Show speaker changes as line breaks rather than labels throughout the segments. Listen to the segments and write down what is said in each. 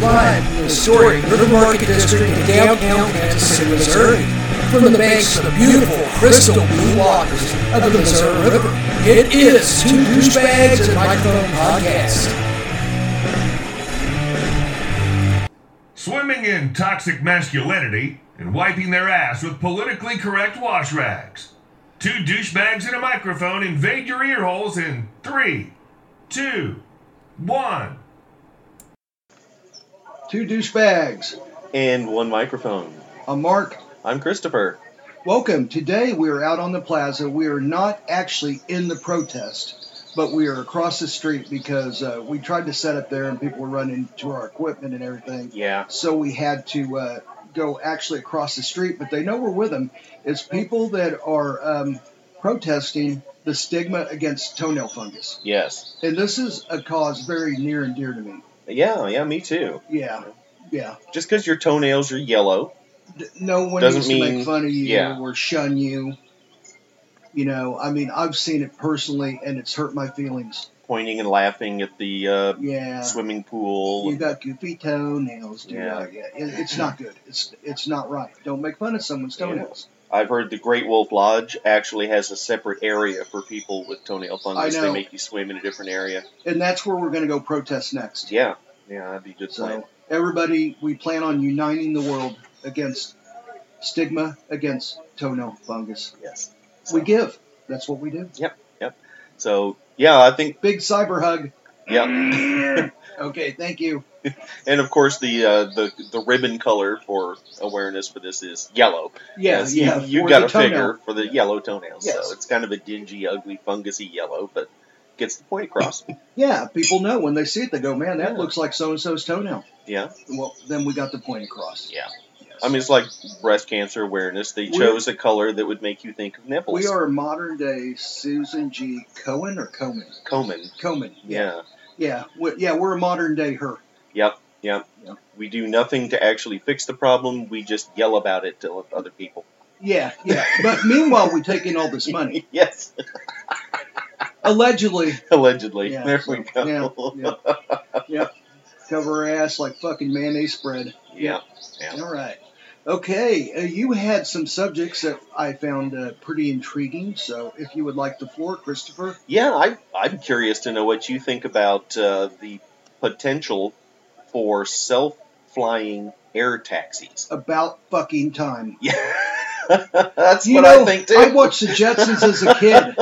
live from the historic River Market District in downtown Kansas City, Missouri, from the banks of the beautiful crystal blue waters of the Missouri River. It is Two Douchebags and Microphone Podcast.
swimming in toxic masculinity, and wiping their ass with politically correct wash rags. Two douchebags and a microphone invade your ear holes in three, two, one.
Two douchebags.
and one microphone.
I'm Mark.
I'm Christopher.
Welcome. Today we are out on the plaza. We are not actually in the protest, but we are across the street because uh, we tried to set up there and people were running to our equipment and everything.
Yeah.
So we had to uh, go actually across the street, but they know we're with them. It's people that are um, protesting the stigma against toenail fungus.
Yes.
And this is a cause very near and dear to me.
Yeah, yeah, me too.
Yeah. Yeah.
Just because your toenails are yellow.
d- no one
Doesn't
needs to
mean-
make fun of you
yeah.
or shun you. You know, I mean, I've seen it personally, and it's hurt my feelings.
Pointing and laughing at the uh,
Yeah,
swimming pool.
you got goofy toenails, dude.
Yeah.
Yeah, It, it's not good. It's it's not right. Don't make fun of someone's
Yeah.
toenails.
I've heard the Great Wolf Lodge actually has a separate area for people with toenail fungus.
I
They
know.
make you swim in a different area.
And that's where we're going to go protest next.
Yeah, yeah, that'd be a good plan.
So everybody, we plan on uniting the world against stigma against toenail fungus.
Yes.
We give. That's what we do.
So yeah, I think
Big cyber hug.
yeah,
Okay, thank you.
and of course the uh, the the ribbon color for awareness for this is yellow.
Yeah,
Yes,
yeah.
You,
for
got
the
a
toenail.
figure for the yellow toenails,
Yes.
so it's kind of a dingy, ugly, fungusy yellow, but gets the point across.
Yeah, people know when they see it, they go, "Man, that
Yeah.
looks like so and so's toenail."
yeah,
Well, then we got the point across.
Yeah. I mean it's like breast cancer awareness. They
We're-
chose a color that would make you think of nipples.
we are modern day Susan G. Cohen or Komen?
Komen.
Komen.
Yeah.
yeah, we yeah. We're a modern day her.
Yep. Yep.
Yeah.
We do nothing to actually fix the problem. We just yell about it to other people.
Yeah, yeah. but meanwhile, we take in all this money
yes,
allegedly.
allegedly.
Yeah,
there
so-
we go.
Yeah, yeah, yeah. Cover her ass like fucking mayonnaise spread.
Yeah.
All right. Okay, uh, you had some subjects that I found uh, pretty intriguing. So, if you would like the floor, Christopher.
Yeah, I, I'm curious to know what you think about uh, the potential for self flying air taxis.
About fucking time.
Yeah, that's
You
what
know,
I think too.
I watched the Jetsons as a kid.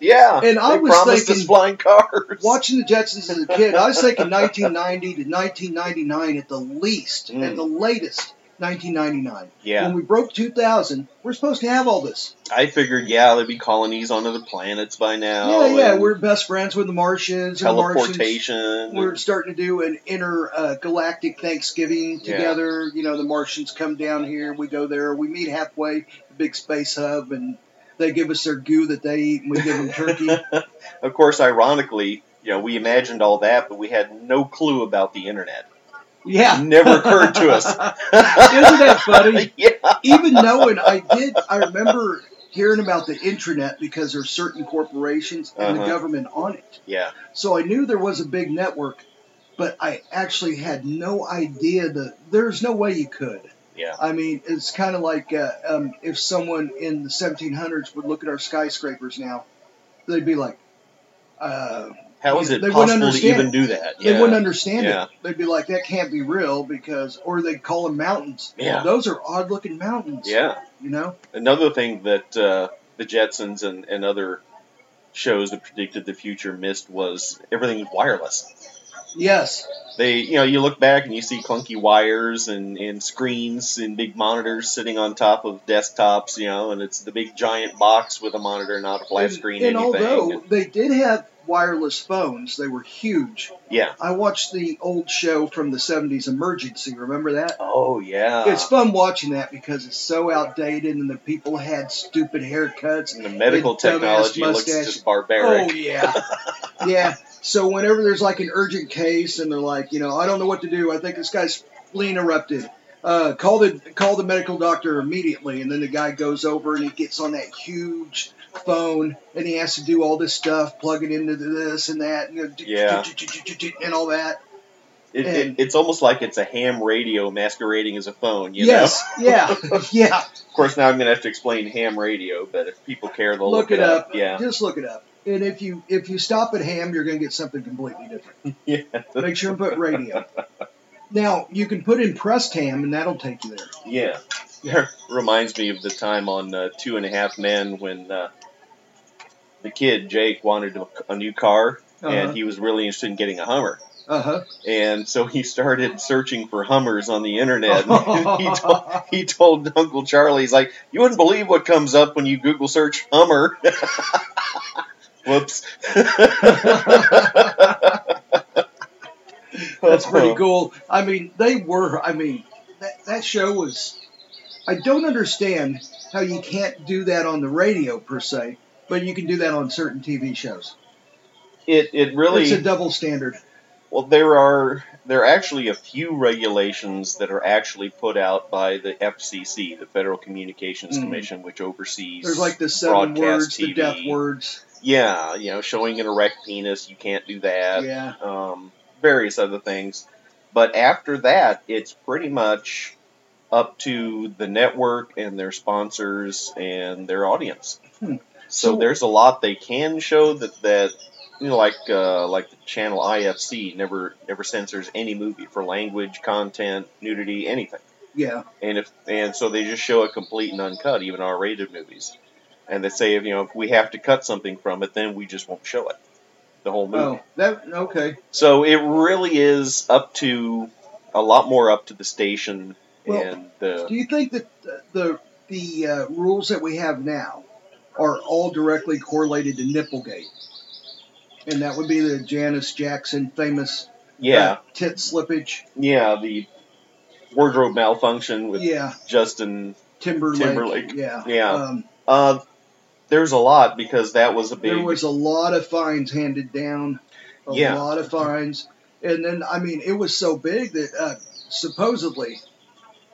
yeah,
and I
they
was
promised us
thinking-
flying cars.
Watching the Jetsons as a kid, I was thinking 1990 to 1999 at the least,
Mm.
at the latest, 1999.
Yeah,
When we broke 2000, we're supposed to have all this.
I figured. Yeah, there'd be colonies on other planets by now.
yeah, yeah,
and
we're best friends with the Martians. and the Martians.
teleportation.
We're starting to do an intergalactic Thanksgiving
Yeah.
together. You know, the Martians come down here, we go there, we meet halfway, the big space hub, and they give us their goo that they eat, and we give them turkey.
of course, ironically, you know, we imagined all that, but we had no clue about the internet.
Yeah.
Never occurred to us.
Isn't that funny?
yeah,
even knowing I did, I remember hearing about the intranet because there's certain corporations and the
Uh-huh.
government on it.
yeah.
So I knew there was a big network, but I actually had no idea that there's no way you could.
Yeah.
I mean, it's kind of like uh, um, if someone in the 1700s would look at our skyscrapers now, they'd be like, uh,
How is
They
it
wouldn't
possible to
understand
even
it.
do that?
they
yeah.
wouldn't understand
Yeah.
it. They'd be like, that can't be real because, or they'd call them mountains.
Yeah.
Those are odd looking mountains.
Yeah.
You know?
Another thing that uh, the Jetsons and, and other shows that predicted the future missed was everything was wireless.
Yes.
They, you know, you look back and you see clunky wires and, and screens and big monitors sitting on top of desktops, you know, and it's the big giant box with a monitor, not a flat
and,
screen.
and
anything.
although they did have wireless phones, they were huge.
yeah.
I watched the old show from the 70s, Emergency. Remember that?
Oh yeah.
it's fun watching that because it's so outdated and the people had stupid haircuts.
and the medical
dumbass
technology looks
mustache.
just barbaric.
Oh, yeah. yeah. So whenever there's like an urgent case and they're like, you know, I don't know what to do. I think this guy's spleen erupted. Uh, call the call the medical doctor immediately, and then the guy goes over and he gets on that huge phone and he has to do all this stuff, plug it into this and that, and,
Yeah.
and all that.
It, it,
And-
it's almost like it's a ham radio masquerading as a phone. You
yes,
know?
yeah, yeah.
Of course, now I'm going to have to explain ham radio, but if people care, they'll look,
Look it up.
Yeah.
Just look it up. And if you if you stop at ham, you're going to get something completely different.
Yeah.
Make sure and put radio. Now you can put in pressed ham, and that'll take you there.
Yeah. Reminds me of the time on uh, Two and a Half Men when uh, the kid, Jake, wanted a, a new car,
Uh-huh.
and he was really interested in getting a Hummer.
Uh
Uh-huh.
huh.
And so he started searching for Hummers on the internet. And he, told, he told Uncle Charlie, he's like, You wouldn't believe what comes up when you Google search Hummer. Whoops.
That's
Oh.
pretty cool. I mean, they were. I mean, that, that show was. I don't understand how you can't do that on the radio per se, but you can do that on certain TV shows.
It, it really.
It's a double standard.
Well, there are there are actually a few regulations that are actually put out by the FCC, the Federal Communications
Mhm.
Commission, which oversees
There's like the seven words,
broadcast
the
TV.
death words.
Yeah, you know, showing an erect penis, you can't do that.
Yeah.
Um, various other things, but after that, it's pretty much up to the network and their sponsors and their audience.
Hmm.
So
So-
there's a lot they can show that that you know, like uh, like the channel IFC never never censors any movie for language, content, nudity, anything.
Yeah.
And if and so they just show it complete and uncut, even R-rated movies. And they say if you know if we have to cut something from it, then we just won't show it, the whole movie.
Oh, that okay.
So it really is up to a lot more up to the station
Well,
and the
Do you think that the the uh, rules that we have now are all directly correlated to Nipplegate? And that would be the Janice Jackson famous
yeah
uh, tit slippage.
yeah the wardrobe malfunction with
yeah,
Justin.
Timberlake.
Timberlake.
Yeah.
Yeah.
Um,
Uh, there's a lot because that was a big
there was a lot of fines handed down. A
Yeah.
lot of fines. And then, I mean, it was so big that uh, supposedly,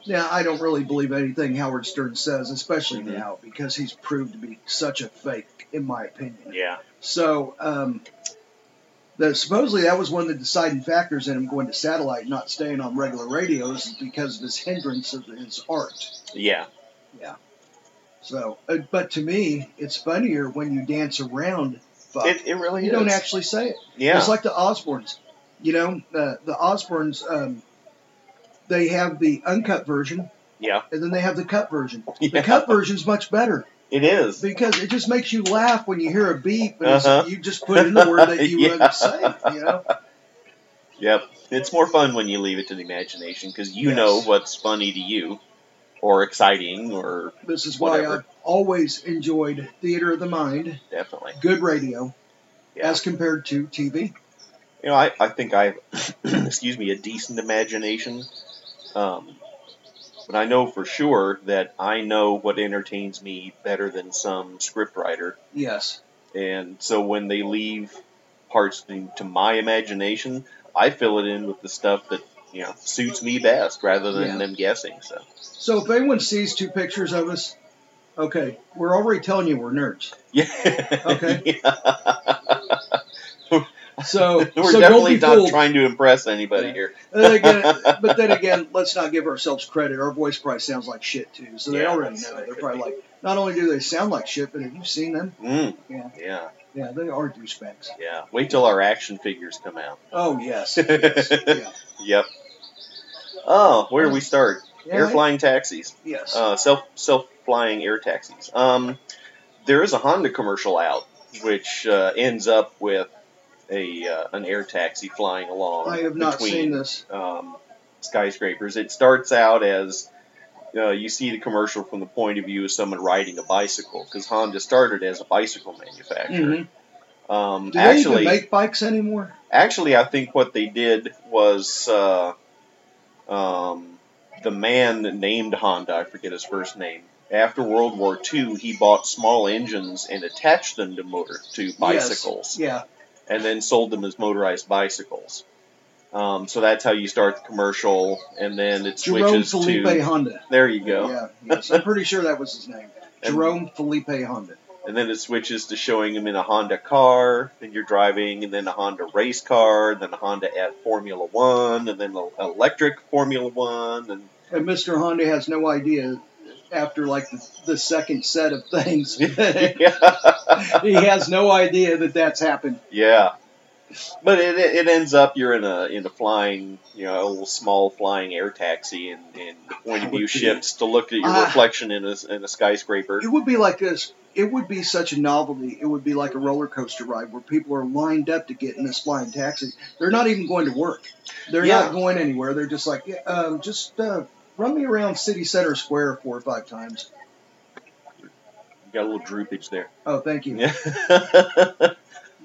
now I don't really believe anything Howard Stern says, especially
Mhm.
now, because he's proved to be such a fake, in my opinion.
yeah
So, um, the, supposedly that was one of the deciding factors in him going to satellite, not staying on regular radios, is because of his hindrance of his art.
yeah
So, uh, but to me, it's funnier when you dance around. Fuck.
it, it really
you
is
don't actually say it.
yeah
It's like the Osbournes. You know, uh, the Osbournes, um, they have the uncut version
yeah
and then they have the cut version.
Yeah.
The cut version's much better
it is
because it just makes you laugh when you hear a beep and it's-
Uh-huh.
you just put in the word that you
Yeah.
want to say. You know,
Yep. It's more fun when you leave it to the imagination because you
Yes.
know what's funny to you or exciting or
this is why
Whatever.
I've always enjoyed theater of the mind,
definitely.
good radio,
Yeah.
as compared to TV.
You know, I, I think I have, excuse me, a decent imagination. Um, but I know for sure that I know what entertains me better than some scriptwriter.
Yes.
And so when they leave parts to, to my imagination, I fill it in with the stuff that, you know, suits me best rather than
Yeah.
them guessing. So,
So if anyone sees two pictures of us, okay, we're already telling you we're nerds.
yeah.
Okay.
yeah.
So
We're
so
definitely
don't be
not
fooled.
trying to impress anybody
Yeah.
here.
And then again- but then again, let's not give ourselves credit. Our voice probably sounds like shit too. So they
Yeah,
already
that's-
know.
that
it. They're
could
probably
be.
like, not only do they sound like shit, but have you seen them?
Mm.
Yeah.
Yeah,
Yeah, they are douchebags.
yeah. Wait till our action figures come out.
Oh yes. yes. Yeah.
Yep. Oh, where do we start?
Yeah,
air flying taxis.
Yes.
Uh, self self flying air taxis. Um, there is a Honda commercial out, which uh, ends up with a uh, an air taxi flying along.
I have not
between
seen this.
um, skyscrapers. It starts out as uh, you see the commercial from the point of view of someone riding a bicycle because Honda started as a bicycle manufacturer.
Mhm.
Um,
Do they even
actually,
make bikes anymore?
actually, I think what they did was uh, um, the man named Honda. I forget his first name. After World War II, he bought small engines and attached them to motor to bicycles
Yes.
and then sold them as motorized bicycles. Um, so that's how you start the commercial, and then it
Yeah. Jerome
switches
Felipe
to.
Honda.
There you go.
Yeah. Yes. I'm pretty sure that was his name.
And-
Jerome Felipe Honda.
and then it switches to showing him in a Honda car, then you're driving, and then a Honda race car, and then a Honda at Formula One, and then an electric Formula One, and
And Mr. Honda has no idea after like the, the second set of things. he
yeah,
has no idea that that's happened.
yeah. But it, it ends up you're in a in a flying, you know, a little small flying air taxi, and, and the point of view shifts to look at your
Ah.
reflection in a, in a skyscraper.
It would be like this. It would be such a novelty. It would be like a roller coaster ride where people are lined up to get in this flying taxi. They're not even going to work. They're
Yeah.
not going anywhere. They're just like, yeah, um, just uh, run me around City Center Square four or five times.
You got a little droopage there.
Oh, thank you.
Yeah.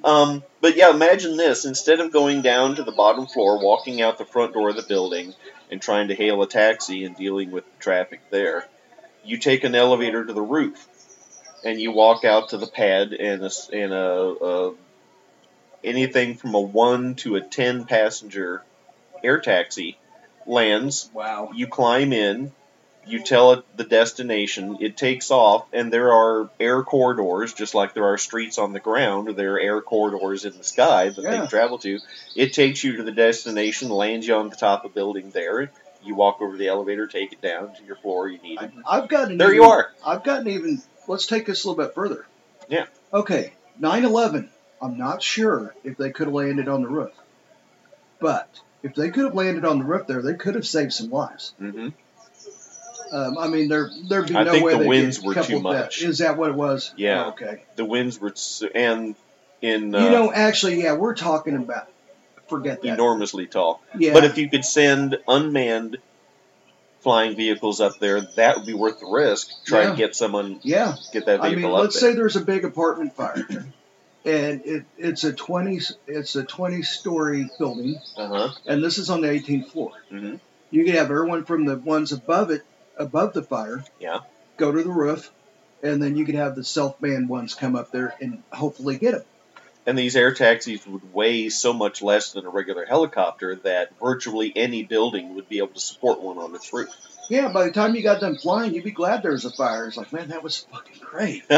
um, but yeah, imagine this. Instead of going down to the bottom floor, walking out the front door of the building, and trying to hail a taxi and dealing with the traffic there, you take an elevator to the roof, and you walk out to the pad and a, s- and a, a anything from a one to a ten passenger air taxi lands
Wow.
you climb in, you tell it the destination, it takes off, and there are air corridors, just like there are streets on the ground, there are air corridors in the sky that they
Yeah.
travel to. It takes you to the destination, lands you on the top of a building there. You walk over the elevator, take it down to your floor you need. it.
I've gotten
There
even,
you are.
I've gotten even. Let's take this a little bit further.
Yeah.
Okay. 9/11. I'm not sure if they could have landed on the roof, but if they could have landed on the roof there, they could have saved some lives.
hmm
Um, I mean, there there'd be
I
no
think
way
the
they
winds
could
were
couple
too
that.
much.
Is that what it was?
Yeah.
Oh, okay.
The winds were, s- and in uh,
You know, actually, yeah, we're talking about. Forget that.
enormously tall.
yeah.
But if you could send unmanned flying vehicles up there, that would be worth the risk. Try and get someone
yeah.
get that vehicle
I mean,
up
let's
there.
say there's a big apartment fire, and it, it's a twenty it's a twenty story building,
uh-huh.
and this is on the 18th floor.
Mhm.
You could have everyone from the ones above it, above the fire,
Yeah.
go to the roof, and then you could have the self manned ones come up there and hopefully get them.
And these air taxis would weigh so much less than a regular helicopter that virtually any building would be able to support one on its roof.
Yeah, by the time you got done flying, you'd be glad there was a fire. It's like, man, that was fucking great.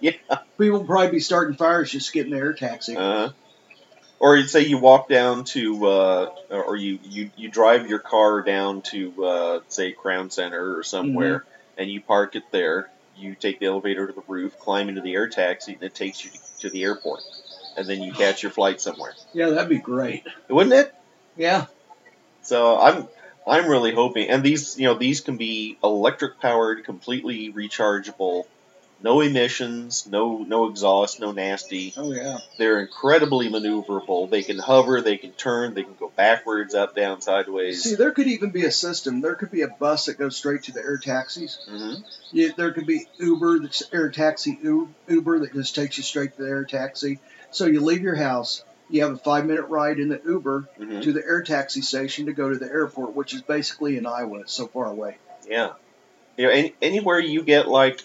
yeah.
People would probably be starting fires just getting the air taxi.
Uh-huh. Or you'd say you walk down to, uh, or you, you, you drive your car down to, uh, say, Crown Center or somewhere,
Mm-hmm.
and you park it there. You take the elevator to the roof, climb into the air taxi, and it takes you to the airport. And then you catch your flight somewhere.
yeah, that'd be great.
Wouldn't it?
Yeah.
So I'm I'm really hoping, and these you know these can be electric powered, completely rechargeable, no emissions, no no exhaust, no nasty.
Oh, yeah.
They're incredibly maneuverable. They can hover, they can turn, they can go backwards, up, down,
See,
sideways.
there could even be a system. There could be a bus that goes straight to the air taxis.
hmm
Yeah, there could be Uber, that's air taxi U- Uber that just takes you straight to the air taxi. So you leave your house, you have a five minute ride in the Uber
hmm
to the air taxi station to go to the airport, which is basically in Iowa. It's so far away.
Yeah, you know, any, anywhere you get like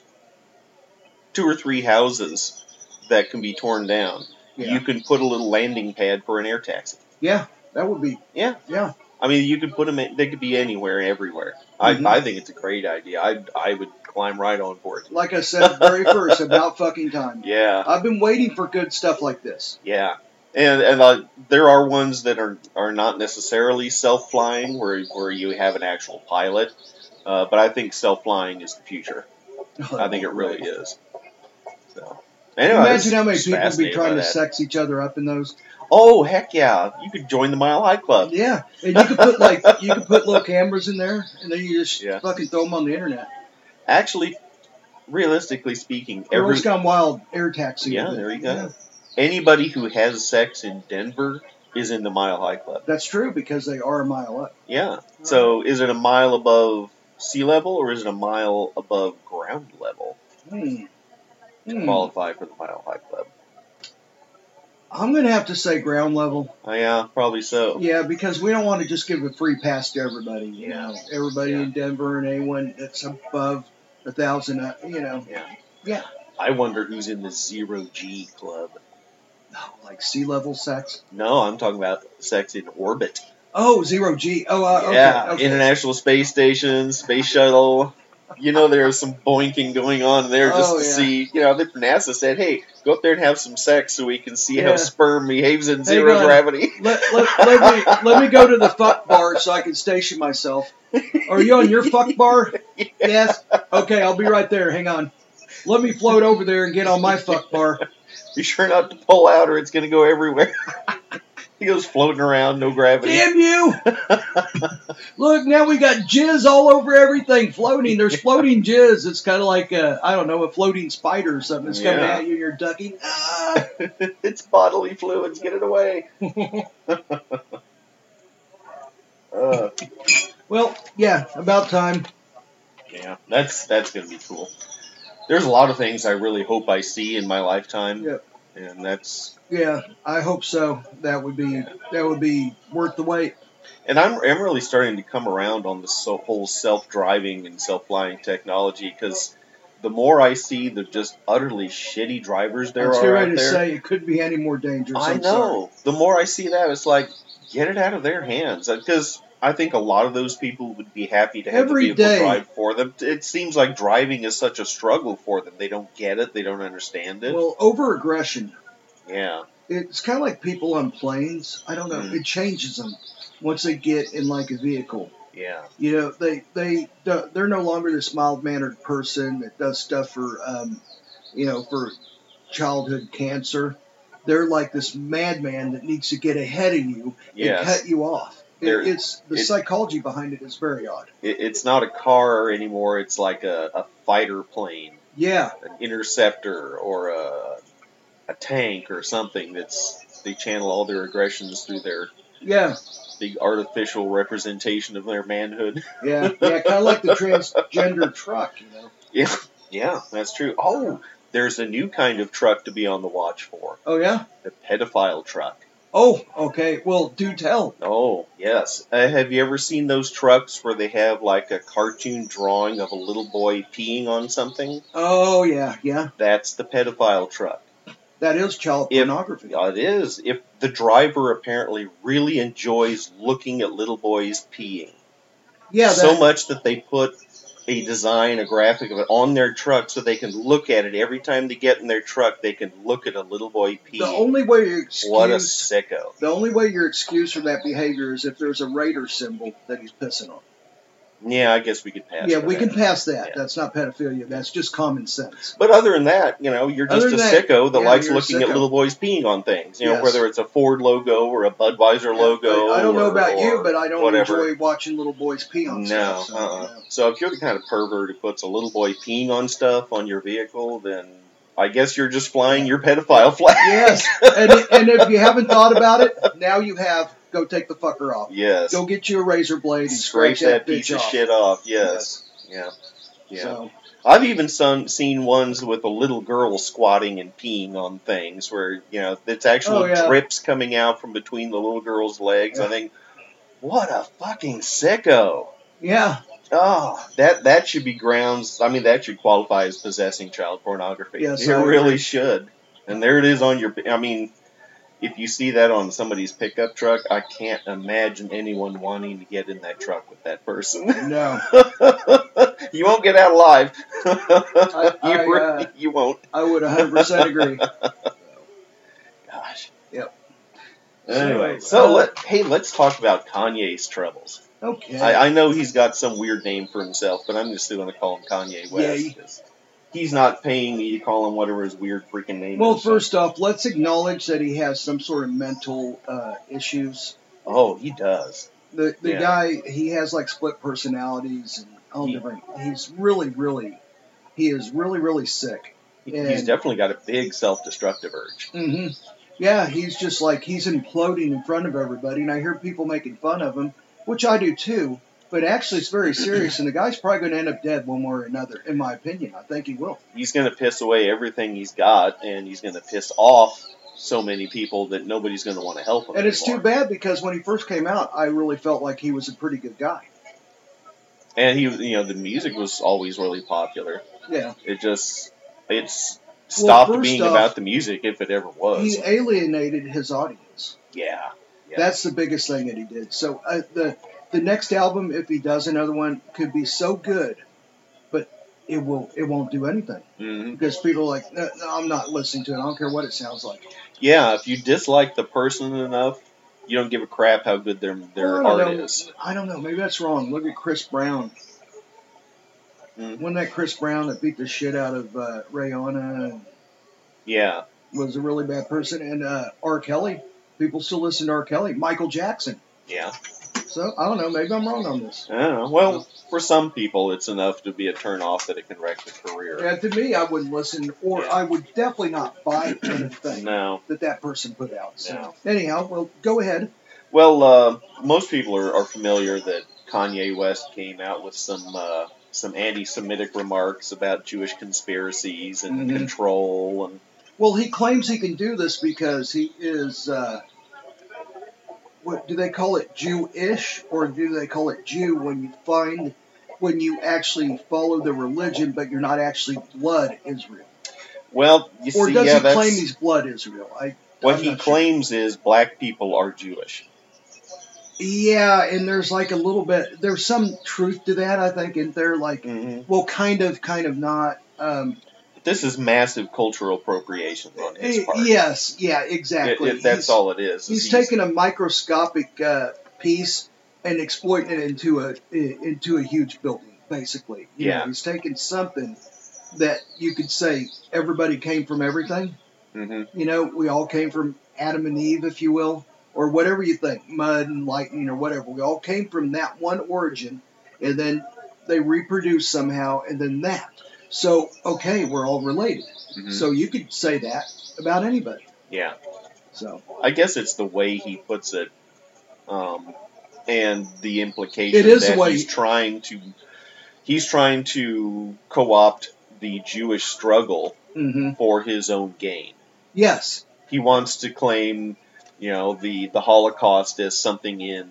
two or three houses that can be torn down,
Yeah,
you can put a little landing pad for an air taxi.
yeah that would be.
Yeah.
Yeah.
I mean, you could put them. In, they could be anywhere, everywhere.
Mhm.
I, I think it's a great idea. I I would climb right on board.
Like I said, very first, about fucking time.
Yeah,
I've been waiting for good stuff like this.
yeah. And and uh, there are ones that are are not necessarily self flying, where where you have an actual pilot. Uh, but I think self flying is the future. I think it really is. So. Anyway, it's-
Imagine how many
it's
people would be
fascinated by
trying to
that.
sex each other up in those.
Oh heck yeah! You could join the Mile High Club.
Yeah, and you could put like you could put little cameras in there, and then you just
Yeah.
fucking throw them on the internet.
Actually, realistically speking, every
Girls Gone Wild air taxi.
Yeah, there you go. anybody who has sex in Denver is in the Mile High Club.
That's true because they are a mile up.
Yeah. So is it a mile above sea level or is it a mile above ground level
Hmm.
to
Hmm.
qualify for the Mile High Club?
I'm gonna have to say ground level.
Oh, yeah, probably so.
Yeah, because we don't want to just give a free pass to everybody. You
Yeah.
know, everybody
Yeah.
in Denver and anyone that's above a thousand. uh, You know,
I wonder who's in the zero G club.
like sea level sex.
No, I'm talking about sex in orbit.
Oh, zero G. Oh, uh, okay,
yeah,
okay.
International Space Station, Space Shuttle. you know there was some boinking going on there just
Oh,
to
yeah.
see. You know, the NASA said, "Hey, go up there and have some sex so we can see
Yeah.
how sperm behaves in
Hang
zero
on.
gravity."
Let, let, let me let me go to the fuck bar so I can station myself. Are you on your fuck bar? Yes. Okay, I'll be right there. Hang on. Let me float over there and get on my fuck bar.
Be sure not to pull out, or it's going to go everywhere. he goes floating around, no gravity.
Damn you! Look, now we got jizz all over everything floating. There's floating jizz. It's kind of like, I I don't know, a floating spider or something. It's coming
Yeah.
at you and you're ducking. Ah!
it's bodily fluids. Get it away. uh,
Well, yeah, about time.
yeah, that's that's gonna be cool. There's a lot of things I really hope I see in my lifetime,
Yep.
and that's
Yeah, I hope so. That would be that would be worth the wait.
and I'm I'm really starting to come around on this so- whole self-driving and self-flying technology because the more I see the just utterly shitty drivers there
I'm
are
ready
out
to
there.
say it couldn't be any more dangerous.
I
I'm
know. The more I see that, it's like get it out of their hands because I think a lot of those people would be happy to have
Every
the vehicle
day.
drive for them. It seems like driving is such a struggle for them. They don't get it. They don't understand it.
Sorry. Well, over aggression.
yeah,
It's kind of like people on planes. I don't know.
Mm.
It changes them once they get in like a vehicle.
yeah,
you know they they they're no longer this mild mannered person that does stuff for um, you know for childhood cancer they're like this madman that needs to get ahead of you and
yes.
cut you off It-
They're-
it's the
it-
psychology behind it is very odd
It, it's not a car anymore. It's like a, a fighter plane,
yeah
an interceptor, or a, a tank or something. That's they channel all their aggressions through their
yeah
the artificial representation of their manhood.
yeah yeah kind of like the transgender truck you know
Yeah, yeah, that's true. Oh, there's a new kind of truck to be on the watch for
oh yeah
the pedophile truck.
oh okay well do tell
Oh, yes. Uh, have you ever seen those trucks where they have like a cartoon drawing of a little boy peeing on something?
oh yeah yeah
That's the pedophile truck.
that is child
If-
pornography
Yeah, it is. If the driver apparently really enjoys looking at little boys peeing
yeah that,
so much that they put a design, a graphic of it on their truck so they can look at it every time they get in their truck. They can look at a little boy peeing.
the only way you excuse
What a sicko.
The only way your excuse for that behavior is if there's a Raider symbol that he's pissing on.
Yeah, I guess we could pass.
yeah,
for
we
that.
can pass that.
Yeah.
That's not pedophilia. That's just common sense.
But other than that, you know, you're just
Other
a
than that,
sicko that
yeah,
likes
you're a
looking at
sicko.
little boys peeing on things. You know,
Yes.
whether it's a Ford logo or a Budweiser logo.
I don't know
or-
about you,
or
but I don't
whatever.
enjoy watching little boys pee on
No,
stuff. so,
uh-uh.
you know.
So if you're the kind of pervert who puts a little boy peeing on stuff on your vehicle, then I guess you're just flying your pedophile flag.
Yes, and, and if you haven't thought about it, now you have. Go take the fucker off.
yes.
Go get you a razor blade and
Scrape
scratch that,
that piece
bitch
of
off.
shit off. Yes. Yeah. Yeah.
So,
I've even son, seen ones with a little girl squatting and peeing on things where, you know, it's actual
Oh, yeah.
drips coming out from between the little girl's legs. I
Yeah.
think, what a fucking sicko.
yeah,
Oh, that, that should be grounds. I mean, that should qualify as possessing child pornography.
Yes,
it
I agree.
really should. And there it is on your. I mean, if you see that on somebody's pickup truck, I can't imagine anyone wanting to get in that truck with that person.
no.
you won't get out alive. you,
I, uh,
really- you won't.
I would 100% agree.
Gosh.
Yep.
Anyway, so
So, uh,
let hey, let's talk about Kanye's troubles.
Okay.
I, I know he's got some weird name for himself, but I'm just still going to call him Kanye West.
Yay.
'cause He's not paying me to call him whatever his weird freaking name
Well,
is.
first off, let's acknowledge that he has some sort of mental uh, issues.
oh, he does.
The the
Yeah.
guy he has like split personalities and all
He-
different. He's really, really, he is really, really sick.
He-
And-
He's definitely got a big self-destructive urge.
hmm Yeah, he's just like he's imploding in front of everybody, and I hear people making fun of him, which I do too. But actually, it's very serious, and the guy's probably going to end up dead one way or another, in my opinion. I think he will.
He's going to piss away everything he's got, and he's going to piss off so many people that nobody's going to want to help him.
And it's
anymore.
too bad because when he first came out, I really felt like he was a pretty good guy.
and he you know the music was always really popular
Yeah.
it just it's
Well,
stopped
first
being
off,
about the music if it ever was
he alienated his audience.
yeah Yeah.
That's the biggest thing that he did. So uh, the the next album, if he does another one, could be so good, but it will it won't do anything
hmm
because people are like "No, no, I'm not listening to it. I don't care what it sounds like.
Yeah, if you dislike the person enough, you don't give a crap how good their their
Well, I don't
art
know.
is.
I don't know. Maybe that's wrong. Look at Chris Brown.
Mm.
Wasn't that Chris Brown that beat the shit out of uh, Rihanna and
Yeah,
was a really bad person? And uh, R. Kelly. People still listen to R. Kelly. Michael Jackson.
yeah.
So I don't know. Maybe I'm wrong on this.
I don't know. Well, for some people, it's enough to be a turnoff that it can wreck the career.
Yeah, to me, I wouldn't listen, or I would definitely not buy anything
No.
that that person put out. So
No.
anyhow, well, go ahead.
Well, uh, most people are, are familiar that Kanye West came out with some uh, some anti-Semitic remarks about Jewish conspiracies and
Mhm.
control and
Well, he claims he can do this because he is. Uh, what do they call it, Jewish, or do they call it Jew when you find when you actually follow the religion, but you're not actually blood Israel?
well, you
Or
see,
does
yeah,
he
that's
claim he's blood Israel? I,
what
I'm
he
not sure.
claims is black people are Jewish.
Yeah, and there's like a little bit. There's some truth to that, I think, and they're like,
Mhm.
well, kind of, kind of not. Um,
This is massive cultural appropriation on his
eh,
part.
yes, yeah,
If-
exactly.
if that's
He's-
all it is. is
he's taking a microscopic uh, piece and exploiting it into a eh, into a huge building, basically. You know,
Yeah.
he's taking something that you could say everybody came from everything.
Mhm.
You know, we all came from Adam and Eve, if you will, or whatever you think, mud and lightning or whatever. We all came from that one origin, and then they reproduce somehow, and then that. So okay, we're all related.
Mhm.
So you could say that about anybody.
yeah,
So
I guess it's the way he puts it, um, and the implication
It is the
that
way
he's
he-
trying to he's trying to co-opt the Jewish struggle
mhm.
for his own gain.
yes,
He wants to claim, you know, the the Holocaust as something in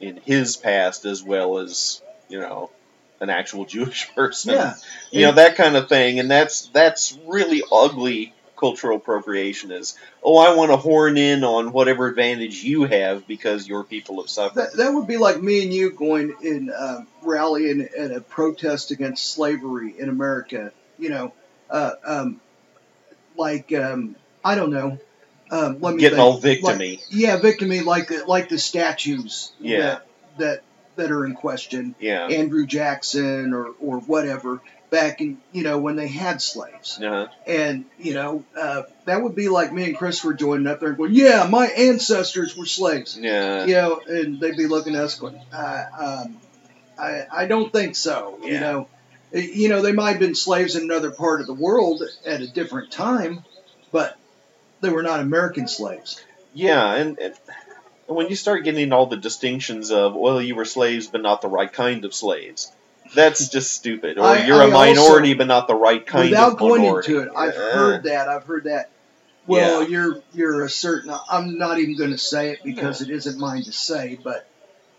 in his past as well as you know an actual Jewish person.
Yeah,
you know that kind of thing and that's that's really ugly cultural appropriation is oh i want to horn in on whatever advantage you have because your people have suffered
that, that would be like me and you going in uh, rallying at a protest against slavery in America. You know, uh, um, like um, I don't know. Um, let me
getting
think.
all
like,
victimy
yeah, victimy like the, like the statues.
Yeah.
That, that that are in question,
yeah
Andrew Jackson or or whatever. Back in you know when they had slaves.
uh-huh.
And, you know, uh, that would be like me and Chris were joining up there and going, yeah, my ancestors were slaves.
yeah
you know, and they'd be looking at us going, uh, um, I, I don't think so. You
Yeah.
know, you know, they might have been slaves in another part of the world at a different time, but they were not American slaves.
yeah and, and and when you start getting into all the distinctions of well you were slaves but not the right kind of slaves that's just stupid or
I-
you're a
I also-
minority but not the right kind
Without
of
going
minority.
into it, I've
Yeah.
heard that. I've heard that. Well,
Yeah.
you're you're a certain. I'm not even going to say it because it isn't mine to say, but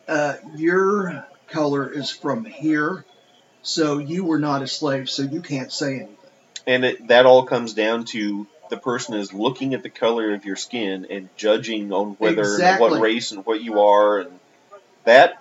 uh, your color is from here, so you were not a slave, so you can't say anything.
and it, that all comes down to the person is looking at the color of your skin and judging on whether
Exactly.
what race and what you are and that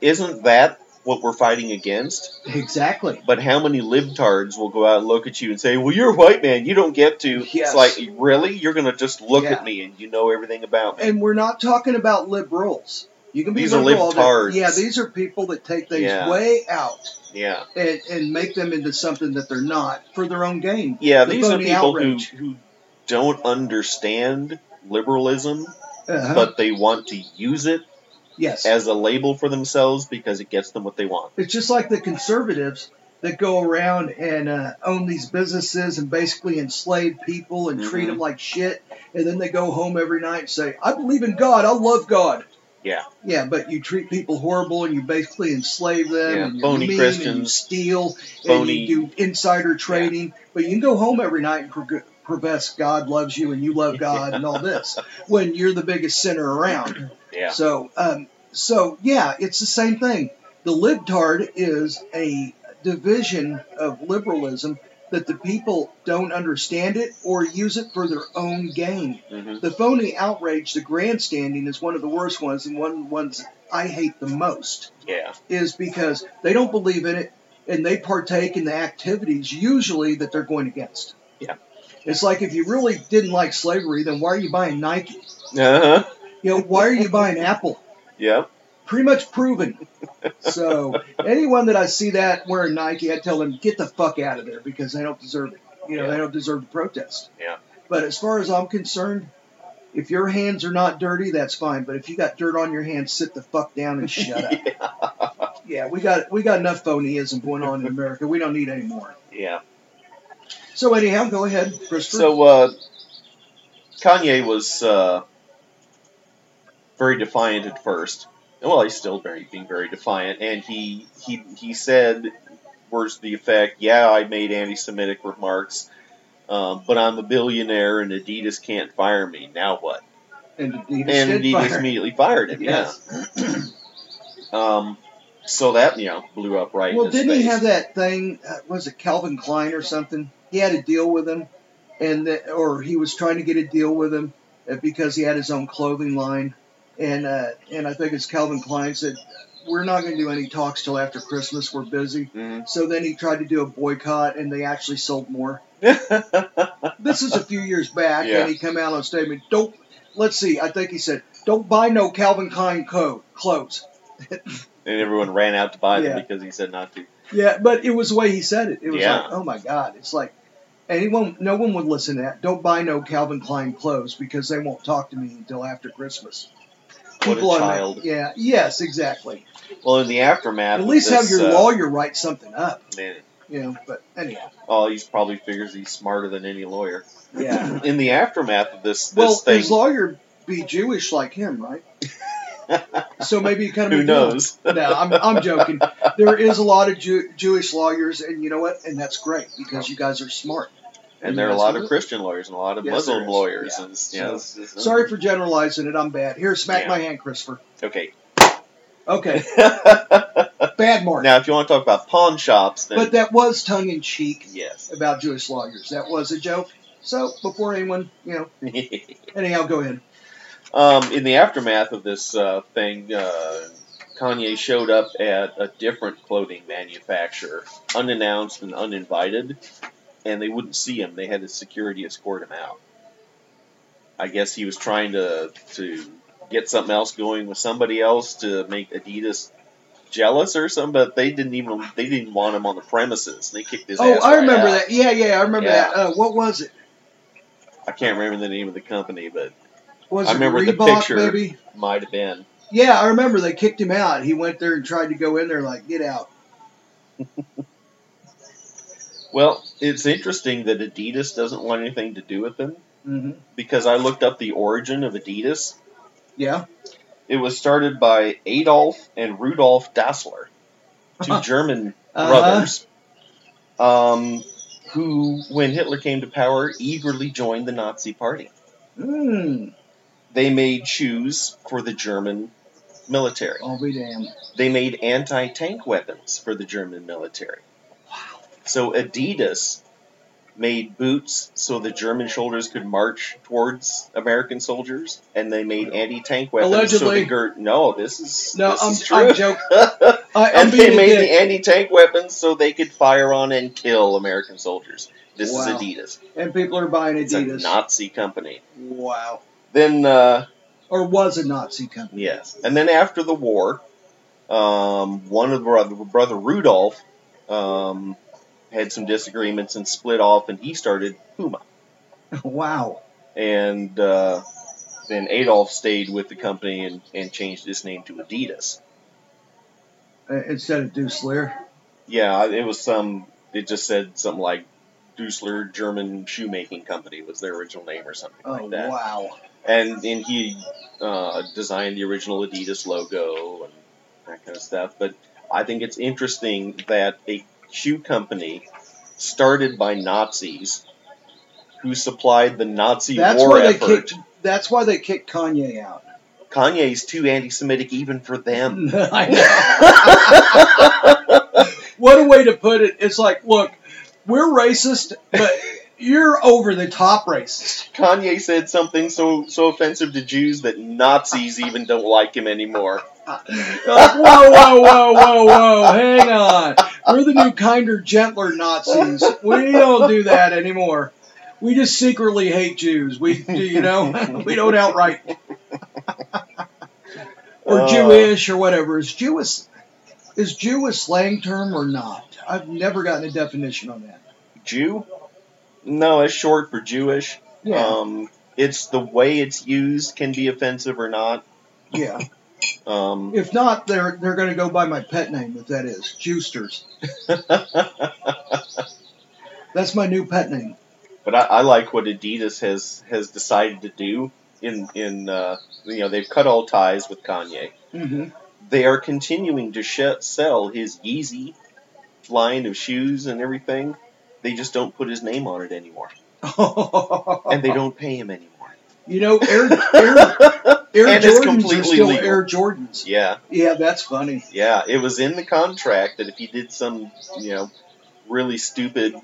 isn't that what we're fighting against
Exactly.
but how many libtards will go out and look at you and say well you're a white man you don't get to
Yes.
it's like really you're going to just look
Yeah.
at me and you know everything about me
and we're not talking about liberals. You can be
These are
liberal all day.
libtards.
Yeah, these are people that take things
Yeah.
way out
yeah
and, and make them into something that they're not for their own gain.
yeah
The
these are
phony
people who,
outrage.
who don't understand liberalism
Uh-huh.
but they want to use it
yes,
as a label for themselves because it gets them what they want
it's just like the conservatives that go around and uh, own these businesses and basically enslave people and treat 'em treat
Mhm.
them like shit, and then they go home every night and say, "I believe in God. I love God."
Yeah.
Yeah, but you treat people horrible and you basically enslave them.
Yeah,
and you're
phony
mean And you
Christians.
steal.
Phony-
And you do insider trading. But you can go home every night and pro- profess God loves you and you love God and all this when you're the biggest sinner around.
Yeah.
So, um, so yeah, it's the same thing. The libtard is a division of liberalism that the people don't understand it or use it for their own gain.
hmm
The phony outrage, the grandstanding, is one of the worst ones, and one of the ones I hate the most
Yeah.
is because they don't believe in it. and they partake in the activities usually that they're going against.
Yeah.
It's like if you really didn't like slavery, then why are you buying Nike?
Uh huh.
You know, why are you buying Apple?
Yeah.
Pretty much proven. So anyone that I see that wearing Nike, I tell them get the fuck out of there because they don't deserve it. You know,
Yeah.
they don't deserve to protest.
Yeah.
But as far as I'm concerned, if your hands are not dirty, that's fine. But if you got dirt on your hands, sit the fuck down and shut up.
yeah.
Yeah, we got we got enough phonyism going on in America. We don't need any more.
Yeah.
So anyhow, go ahead, Christopher.
So uh, Kanye was uh, very defiant at first. Well, he's still very being very defiant, and he he he said words to the effect, "Yeah, I made anti-Semitic remarks, um, but I'm a billionaire, and Adidas can't fire me. Now what?"
and Adidas did
And Adidas
fire.
immediately fired him.
Yes.
Yeah. Um, so that you know blew up right. in
Well,
his
didn't he
face.
have that thing? Uh, was it Calvin Klein or something? He had a deal with him, and the, or he was trying to get a deal with him uh, because he had his own clothing line, and uh, and I think it's Calvin Klein said, "We're not going to do any talks till after Christmas. We're busy."
Mhm.
So then he tried to do a boycott, and they actually sold more. this is a few years back,
Yeah.
and he come out on statement. Don't let's see. I think he said, "Don't buy no Calvin Klein co- clothes."
and everyone ran out to buy them
Yeah.
because he said not to.
Yeah, but it was the way he said it. It was
Yeah.
like, "Oh my God!" It's like anyone, no one would listen to that. Don't buy no Calvin Klein clothes because they won't talk to me until after Christmas.
What a
People on that-
child.
yeah. Yes. Exactly.
Well, in the aftermath,
At
of
least have
this,
your
uh,
lawyer write something up.
Man,
You know. But anyhow.
oh, he's probably figures he's smarter than any lawyer.
Yeah.
In the aftermath of this, this
well,
thing,
his lawyer be Jewish like him, right? so maybe he kind of
who knows?
no, I'm, I'm joking. There is a lot of Jew, Jewish lawyers, and you know what? And that's great because you guys are smart.
And there are a
you guys
lot
do
of
it.
Christian lawyers and a lot of
Yes,
Muslim
there is.
lawyers.
Yeah.
And, you know, it's- it's-
Sorry for generalizing it. I'm bad. Here, smack
Yeah.
my hand, Christopher.
Okay.
Okay,
now,
bad mark.
if you want to talk about pawn shops, then
but that was tongue in cheek
yes.
about Jewish lawyers. That was a joke. So before anyone, you know, anyhow, go ahead.
um, in the aftermath of this uh, thing, uh, Kanye showed up at a different clothing manufacturer, unannounced and uninvited, and they wouldn't see him. They had his security escort him out. I guess he was trying to to get something else going with somebody else to make Adidas jealous or something, but they didn't even they didn't want him on the premises. They kicked his
oh,
ass
I
right
remember
out.
that. Yeah, yeah, I remember
Yeah.
that. Uh, what was it?
I can't remember the name of the company, but
Was
I
it
remember the
Reebok,
picture.
maybe?
might have been.
Yeah, I remember they kicked him out. He went there and tried to go in there, like get out.
Well, it's interesting that Adidas doesn't want anything to do with them
hmm
because I looked up the origin of Adidas.
Yeah.
It was started by Adolf and Rudolf Dassler, two German
Uh-huh.
brothers, um, who, when Hitler came to power, eagerly joined the Nazi Party.
Mm.
They made shoes for the German military.
I'll be damned.
They made anti-tank weapons for the German military. So Adidas made boots so the German soldiers could march towards American soldiers, and they made anti-tank weapons so
Allegedly.
the Ger- no, this is
No,
this
I'm,
is
I'm
true.
joking. I, I'm
and
being
they
a
made
dick.
the anti-tank weapons so they could fire on and kill American soldiers. This
Wow.
is Adidas.
and people are buying
It's a
Adidas.
Nazi company.
wow.
Then uh,
Or was a Nazi company.
Yes. And then after the war, um, one of the brother, brother Rudolph um, had some disagreements and split off, and he started Puma.
Wow.
And uh, then Adolf stayed with the company and, and changed his name to Adidas.
Uh, Instead of Deucelier.
Yeah, I- it was some, it just said something like Dussler German Shoemaking Company was their original name or something
Oh,
like that.
wow.
and and he uh, designed the original Adidas logo and that kind of stuff. But I think it's interesting that a shoe company started by Nazis who supplied the Nazi
That's
war
why they
effort.
kicked. That's why they kicked Kanye out.
Kanye's too anti-Semitic even for them.
I know. what a way to put it. It's like, look, we're racist, but you're over the top racist.
Kanye said something so so offensive to Jews that Nazis even don't like him anymore.
Like, whoa, whoa, whoa, whoa, whoa. Hang on. We're the new kinder, gentler Nazis. We don't do that anymore. We just secretly hate Jews. We, you know, we don't outright or
Uh.
Jewish or whatever. Is Jewish is Jew a slang term or not? I've never gotten a definition on that.
Jew? No, it's short for Jewish.
Yeah,
Um, it's the way it's used can be offensive or not.
yeah.
Um,
If not, they're they're going to go by my pet name. If that is Jewsters, that's my new pet name.
but I, I like what Adidas has has decided to do in in uh, you know they've cut all ties with Kanye.
Mm-hmm.
They are continuing to sh- sell his Yeezy line of shoes and everything. They just don't put his name on it anymore, and
Uh-huh.
they don't pay him anymore.
You know, Air Air, Air
And it's
Jordans are
completely
still
legal.
Air Jordans.
Yeah,
Yeah, that's funny.
yeah, it was in the contract that if he did some you know really stupid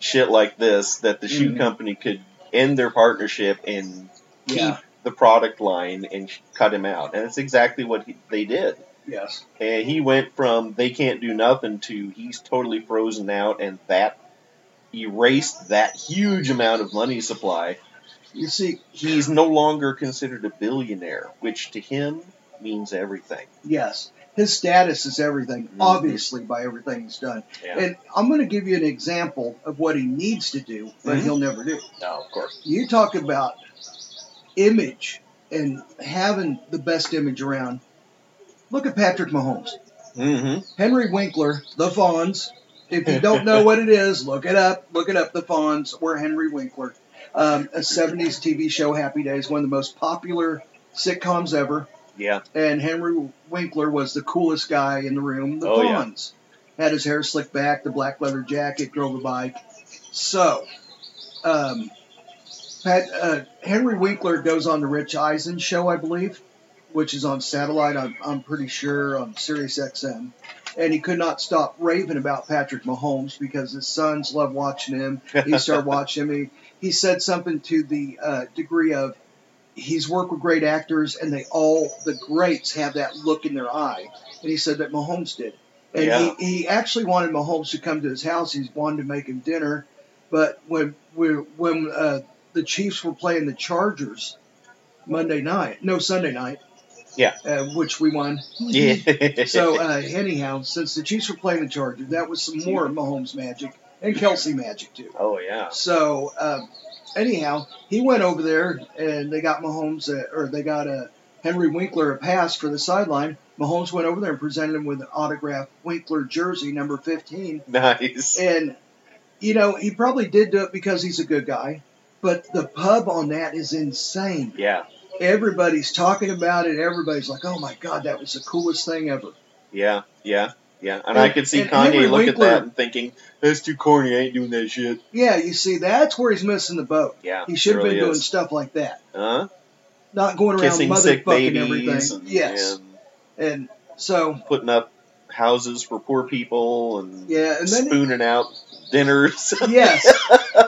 shit like this, that the shoe
Mhm.
company could end their partnership and keep
Yeah.
the product line and sh- cut him out. And it's exactly what he, they did.
Yes.
And he went from they can't do nothing to he's totally frozen out, and that erased that huge amount of money supply.
You see,
He's no longer considered a billionaire, which to him means everything.
yes, his status is everything.
Mhm.
Obviously, by everything he's done.
Yeah.
And I'm going to give you an example of what he needs to do, but
Mhm.
he'll never do.
No, of course.
You talk about image and having the best image around. Look at Patrick Mahomes.
Mm-hmm.
Henry Winkler, the Fawns. If you don't know what it is, look it up. Look it up. The Fawns or Henry Winkler. Um, a 70s TV show, Happy Days, one of the most popular sitcoms ever.
Yeah.
And Henry Winkler was the coolest guy in the room, the
Oh, yeah.
Fawns. Had his hair slicked back, the black leather jacket, drove a bike. So, um, Pat, uh, Henry Winkler goes on the Rich Eisen show, I believe, which is on satellite, I'm, I'm pretty sure, on Sirius XM and he could not stop raving about Patrick Mahomes because his sons love watching him. He started watching him. He, he said something to the uh, degree of he's worked with great actors, and they all the greats have that look in their eye. And he said that Mahomes did. And
Yeah.
he, he actually wanted Mahomes to come to his house. He's wanted to make him dinner, but when we when uh, the Chiefs were playing the Chargers Monday night, no Sunday night,
Yeah.
uh, which we won.
Yeah.
So uh, anyhow, since the Chiefs were playing the Chargers, that was some more Mahomes magic and Kelsey magic too.
oh yeah.
So um, anyhow, he went over there and they got Mahomes a, or they got a Henry Winkler a pass for the sideline. Mahomes went over there and presented him with an autographed Winkler jersey, number fifteen.
Nice.
And you know he probably did do it because he's a good guy, but the pub on that is insane
Yeah.
everybody's talking about it. Everybody's like, "Oh my God, that was the coolest thing ever."
Yeah. Yeah. Yeah. And,
And-
I could see
and
Kanye
Henry
look at
Winkler-
that and thinking, "That's too corny. I ain't doing that shit."
Yeah, you see, that's where he's missing the boat.
Yeah.
He should have
really
been doing
is.
stuff like that,
Huh?
not going around
Kissing
motherfucking
sick babies.
everything.
And,
yes,
and
and so
putting up houses for poor people and,
yeah, and then
spooning out dinners.
yes,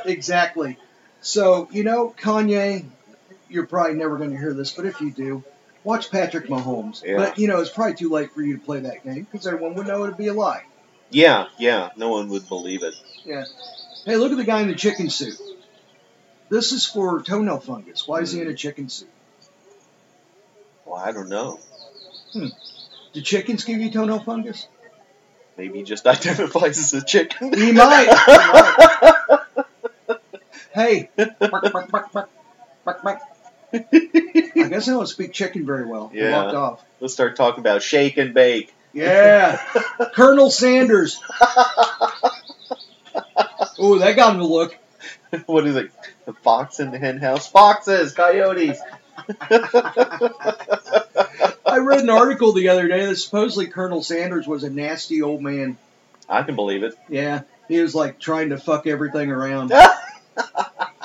exactly. So you know, Kanye, you're probably never going to hear this, but if you do. Watch Patrick Mahomes,
Yeah.
but you know it's probably too late for you to play that game because everyone would know it'd be a lie.
yeah, yeah. No one would believe it.
Hey, look at the guy in the chicken suit. This is for toenail fungus. Why is he in a chicken suit?
Well, I don't know.
Do chickens give you toenail fungus?
Maybe he just identifies as a chicken.
He might. He might. Hey. I guess I don't speak chicken very well. I
Yeah.
walked off.
Let's start talking about shake and bake.
Yeah. Colonel Sanders. Oh, that got him to look.
what is it? The fox in the hen house. Foxes, coyotes.
I read an article the other day that supposedly Colonel Sanders was a nasty old man.
I can believe it.
Yeah. He was like trying to fuck everything around.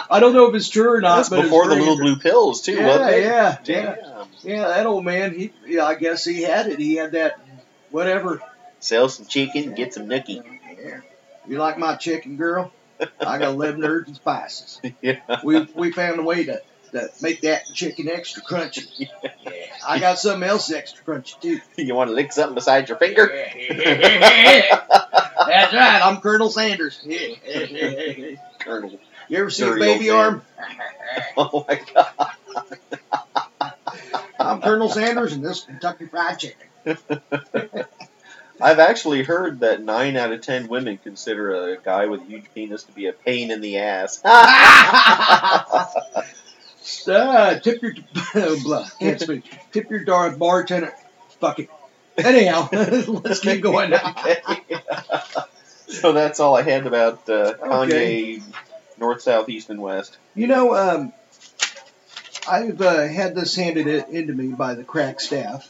I don't know if it's true or not,
That's
Uh, but it's
before the
pretty-
little blue pills too, wasn't
Yeah,
it?
yeah, yeah.
Damn.
Yeah, that old man. He, yeah, I guess he had it. He had that, whatever.
Sell some chicken, get some nookie.
Yeah. You like my chicken, girl? I got lemon herbs and spices.
Yeah.
We we found a way to, to to make that chicken extra crunchy. Yeah. I got something else extra crunchy too.
You want to lick something beside your finger?
That's right. I'm Colonel Sanders. Yeah. you
Colonel.
ever see a
Dirty
baby
old
arm?
man. Oh my god.
I'm Colonel Sanders, and this is Kentucky Fried Chicken.
I've actually heard that nine out of ten women consider a guy with a huge penis to be a pain in the ass.
Uh, tip your blah, can't speak. Tip your dar bartender. Fuck it. Anyhow, let's keep going.
Okay. so that's all I had about uh, Kanye,
Okay.
North, South, East, and West.
You know, um, I've uh, had this handed i- into me by the crack staff,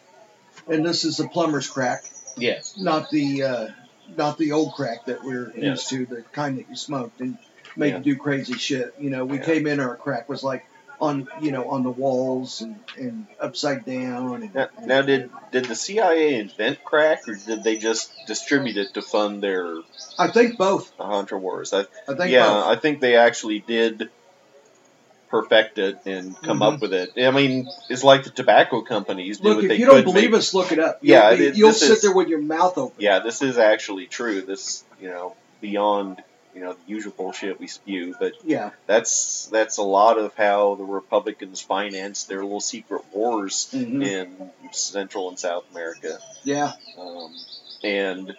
and this is the plumber's crack,
Yes.
not the uh, not the old crack that we're used
Yes.
to, the kind that you smoked and made
Yeah.
you do crazy shit. You know, we
Yeah.
came in, our crack was like on you know on the walls and, and upside down. And,
Now, now, did did the CIA invent crack, or did they just distribute it to fund their
I think both.
Contra wars? I,
I think
yeah,
both.
I think they actually did perfect it and come up with it. I mean, it's like the tobacco companies
Mm-hmm.
do
Look,
what
if
they
you
could.
don't believe
make-
us, look it up.
Yeah,
you'll, be-
it-
you'll
this
sit
is-
there with your mouth open.
Yeah, this is actually true. This, you know, beyond you know the usual bullshit we spew, but
Yeah,
that's that's a lot of how the Republicans finance their little secret wars
Mhm.
in Central and South America,
yeah,
um, and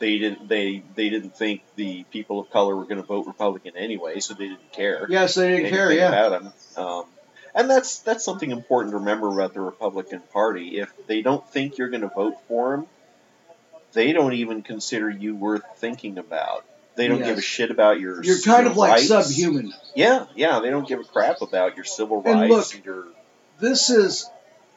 they didn't they they didn't think the people of color were going to vote Republican anyway, so they didn't care.
yes. They didn't care.
anything
Yeah.
about 'em. Um, and that's that's something important to remember about the Republican Party. If they don't think you're going to vote for them, they don't even consider you worth thinking about. They don't give a
Yes.
shit about your.
You're kind
your
of like
rights.
subhuman.
Yeah, yeah, they don't give a crap about your civil
And look-
rights. and your
This is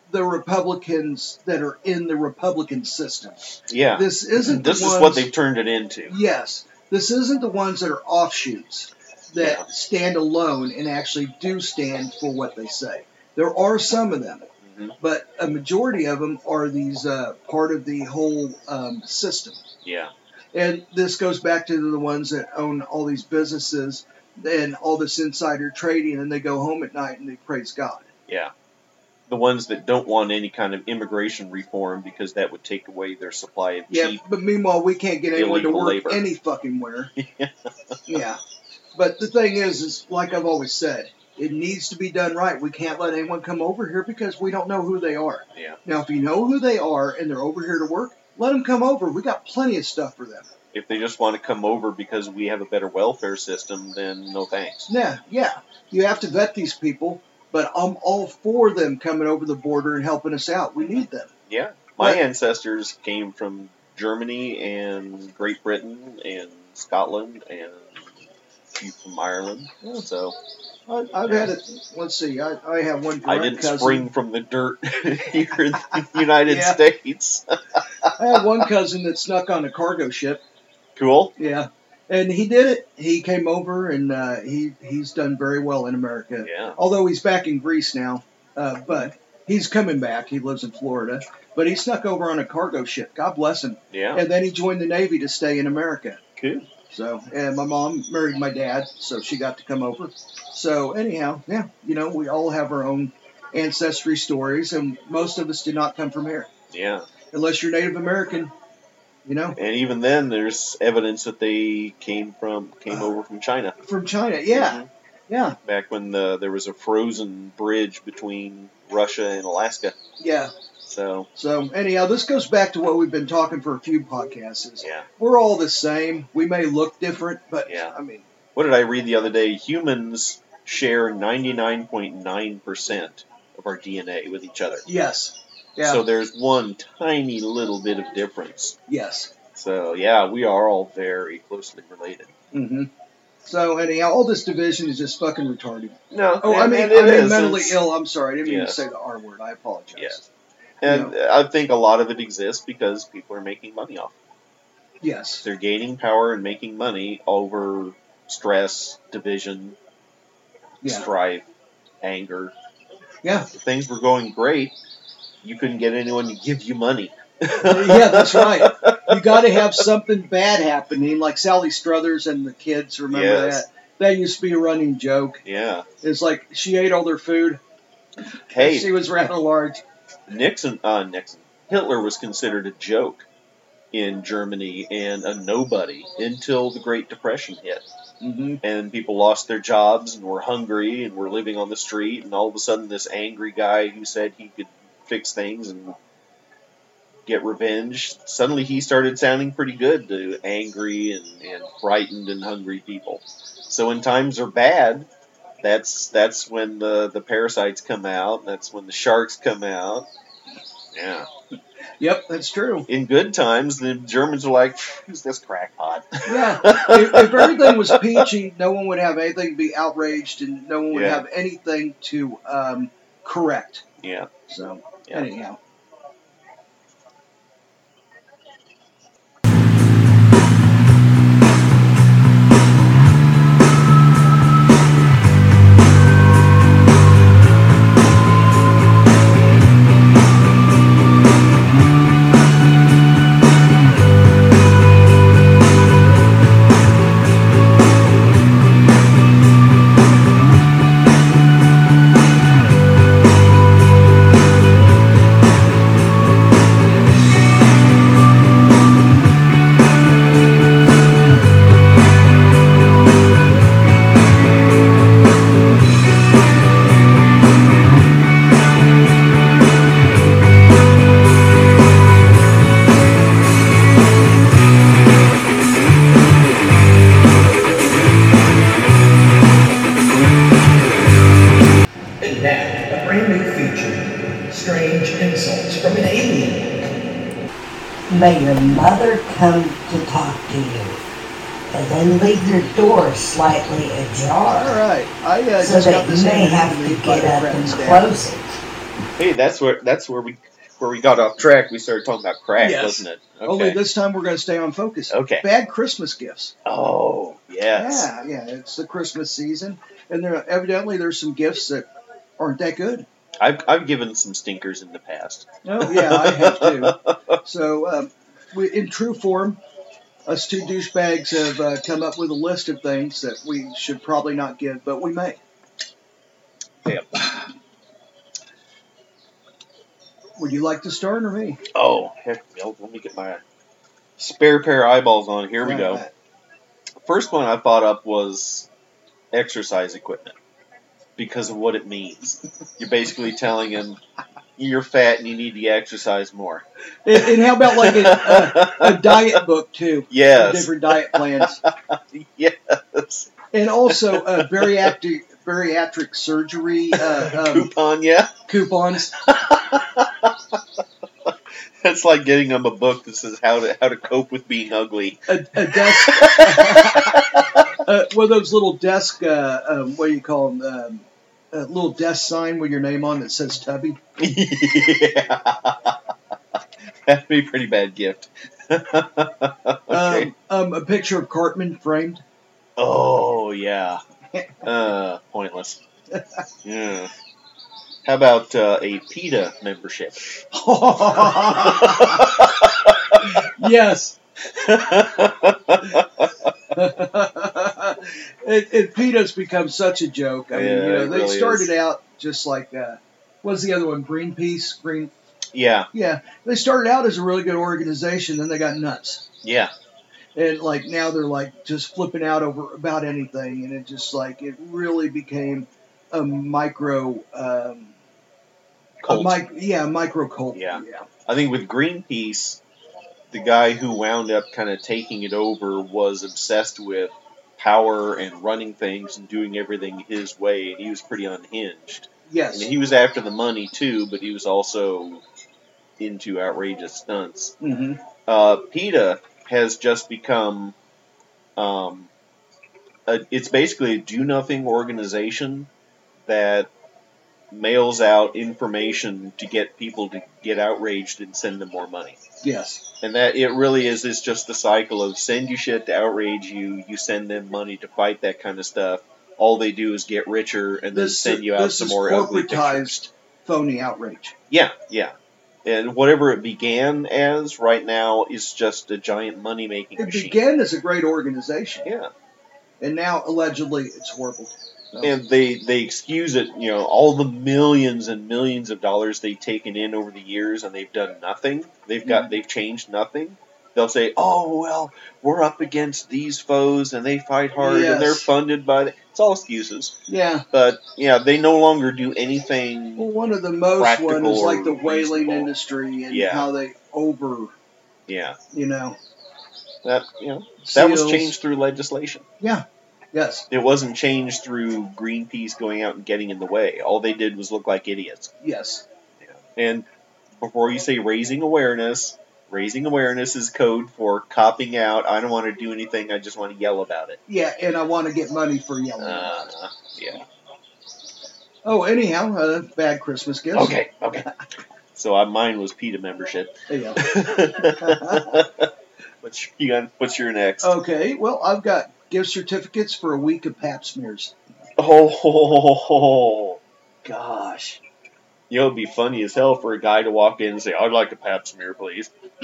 the Republicans that are in the Republican system.
yeah. This,
This isn't. the
is
ones,
what they've turned it into.
Yes, this isn't the ones that are offshoots that
Yeah.
stand alone and actually do stand for what they say. There are some of them,
Mhm.
but a majority of them are these uh, part of the whole um, system.
Yeah,
And this goes back to the ones that own all these businesses and all this insider trading, and they go home at night and they praise God.
yeah. The ones that don't want any kind of immigration reform because that would take away their supply of
Yeah,
cheap.
but meanwhile, we can't get anyone to
illegal
work
labor.
any fucking where. yeah. But the thing is, is like I've always said, it needs to be done right. We can't let anyone come over here because we don't know who they are.
Yeah.
Now, if you know who they are and they're over here to work, let them come over. We got plenty of stuff for them.
If they just want to come over because we have a better welfare system, then no thanks.
Yeah, yeah. You have to vet these people, but I'm all for them coming over the border and helping us out. We need them.
Yeah, my
Right.
ancestors came from Germany and Great Britain and Scotland and a few from Ireland. So
I, I've had it. Let's see. I, I have one.
I
direct
didn't
cousin.
spring from the dirt here in the United
Yeah.
States.
I had one cousin that snuck on a cargo ship.
Cool.
Yeah, and he did it. He came over, and uh, he he's done very well in America.
Yeah.
Although he's back in Greece now, uh, but he's coming back. He lives in Florida, but he snuck over on a cargo ship. God bless him.
Yeah.
And then he joined the Navy to stay in America.
Cool.
So, and my mom married my dad, so she got to come over. So, anyhow, yeah, you know, we all have our own ancestry stories, and most of us do not come from here,
Yeah.
unless you're Native American, you know,
And even then, there's evidence that they came from came over from China
from China. Yeah,
Mm-hmm.
yeah,
back when the, there was a frozen bridge between Russia and Alaska.
yeah.
So
So, anyhow, this goes back to what we've been talking for a few podcasts. is
yeah.
We're all the same. We may look different, but
Yeah.
I mean,
What did I read the other day? Humans share 99.9% of our DNA with each other.
yes, yeah,
So there's one tiny little bit of difference.
yes.
So yeah, we are all very closely related.
hmm So anyhow, all this division is just fucking retarded.
No,
Oh, I
and-
mean,
and
I
it
mean
is.
mentally
It's-
ill. I'm sorry, I didn't mean to
Yes.
say the R word. I apologize.
Yes. And I think a lot of it exists because people are making money off. it.
Yes.
They're gaining power and making money over stress, division,
Yeah.
strife, anger.
Yeah.
If things were going great, you couldn't get anyone to give you money.
yeah, that's right. You got to have something bad happening, like Sally Struthers and the kids. Remember
Yes.
that? That used to be a running joke.
Yeah.
It's like she ate all their food. She
Hey,
was rather large.
Nixon, uh, Nixon, Hitler was considered a joke in Germany and a nobody until the Great Depression hit.
hmm
And people lost their jobs and were hungry and were living on the street. And all of a sudden, this angry guy who said he could fix things and get revenge, suddenly he started sounding pretty good to angry and, and frightened and hungry people. So when times are bad, that's that's when the, the parasites come out. That's when the sharks come out. Yeah.
Yep, that's true.
In good times, the Germans are like, "Who's this crackpot?"
Yeah. if, if everything was peachy, no one would have anything to be outraged, and no one would
Yeah.
have anything to um, correct.
yeah.
So
Yeah.
anyhow,
And now, a brand new feature strange insults from an alien.
May your mother come to talk to you, and then leave your door slightly
all
ajar
right. I uh,
so
just
that
got
you
this
may
interview
have
lead
to
by
get
the
up and
friends down.
close it.
Hey, that's where that's where we where we got off track. We started talking about crack,
Yes. Oh,
wasn't it? Okay.
Only this time we're going to stay on focus.
Okay.
Bad Christmas gifts.
Oh, yes.
Yeah, yeah. It's the Christmas season, and there evidently there's some gifts that aren't that good.
I've I've given some stinkers in the past.
Oh yeah, I have to. So, um, we, in true form, us two douchebags have uh, come up with a list of things that we should probably not give, but we may.
Yep.
Would you like to start or me?
Oh, heck, no, let me get my spare pair of eyeballs on. Here we go. First one I thought up was exercise equipment because of what it means. You're basically telling him you're fat and you need to exercise more.
And, and how about like a, a, a diet book too?
yes.
Different diet plans,
Yes.
and also uh, bariatric bariatric surgery uh, um,
Coupon, yeah.
coupons.
That's like getting them a book that says how to how to cope with being ugly.
a, a desk, uh, one of those little desk, uh, um, what do you call them? Um, a little desk sign with your name on that says Tubby.
yeah. That'd be a pretty bad gift. okay.
Um, um, a picture of Cartman framed.
oh yeah. Uh, pointless. Yeah. How about uh, a PETA membership?
yes.
yeah.
it, it, PETA's become such a joke. I mean,
Yeah,
you know,
it
they
really
started
is.
out just like, uh, what's the other one? Greenpeace? Green.
Yeah.
Yeah. They started out as a really good organization, then they got nuts.
Yeah.
and like now they're like just flipping out over about anything and it just like it really became a micro um
Cult.
A mic- yeah a micro cult
Yeah. I think with Greenpeace, the guy who wound up kind of taking it over was obsessed with power and running things and doing everything his way, and he was pretty unhinged. I
yes
mean, he was after the money too, but he was also into outrageous stunts.
hmm
Uh, PETA has just become, um, a, it's basically a do nothing organization that mails out information to get people to get outraged and send them more money.
yes
And that it really is it's just the cycle of send you shit to outrage you, you send them money to fight that kind of stuff. All they do is get richer and then
This-
send you out
this
some
is
more ugly pictures.
corporatized phony outrage
Yeah, yeah. And whatever it began as right now is just a giant money making
it
machine.
began as a great organization
yeah.
and now allegedly it's horrible. So,
and they they excuse it you know all the millions and millions of dollars they've taken in over the years and they've done nothing they've
Mm-hmm.
got they've changed nothing they'll say oh well we're up against these foes and they fight hard
Yes.
and they're funded by the-" it's all excuses
yeah.
but yeah they no longer do anything
Well, one of the most
Practical
one is like the
or
whaling
reasonable.
industry and
Yeah.
how they over,
yeah
you know.
that you know that was
seals.
changed through legislation
Yes,
it wasn't changed through greenpeace going out and getting in the way all they did was look like idiots
yes.
And before you say raising awareness, raising awareness is code for copping out. I don't want to do anything. I just want to yell about it.
Yeah, and I want to get money for yelling.
Uh, yeah.
oh, anyhow, uh, bad Christmas gifts.
Okay. Okay. Uh, So I, mine was PETA membership.
Yeah.
what's your, you got, what's your next?
Okay, well, I've got gift certificates for a week of pap smears.
oh gosh. You know, it'd be funny as hell for a guy to walk in and say, "I'd like a pap smear, please."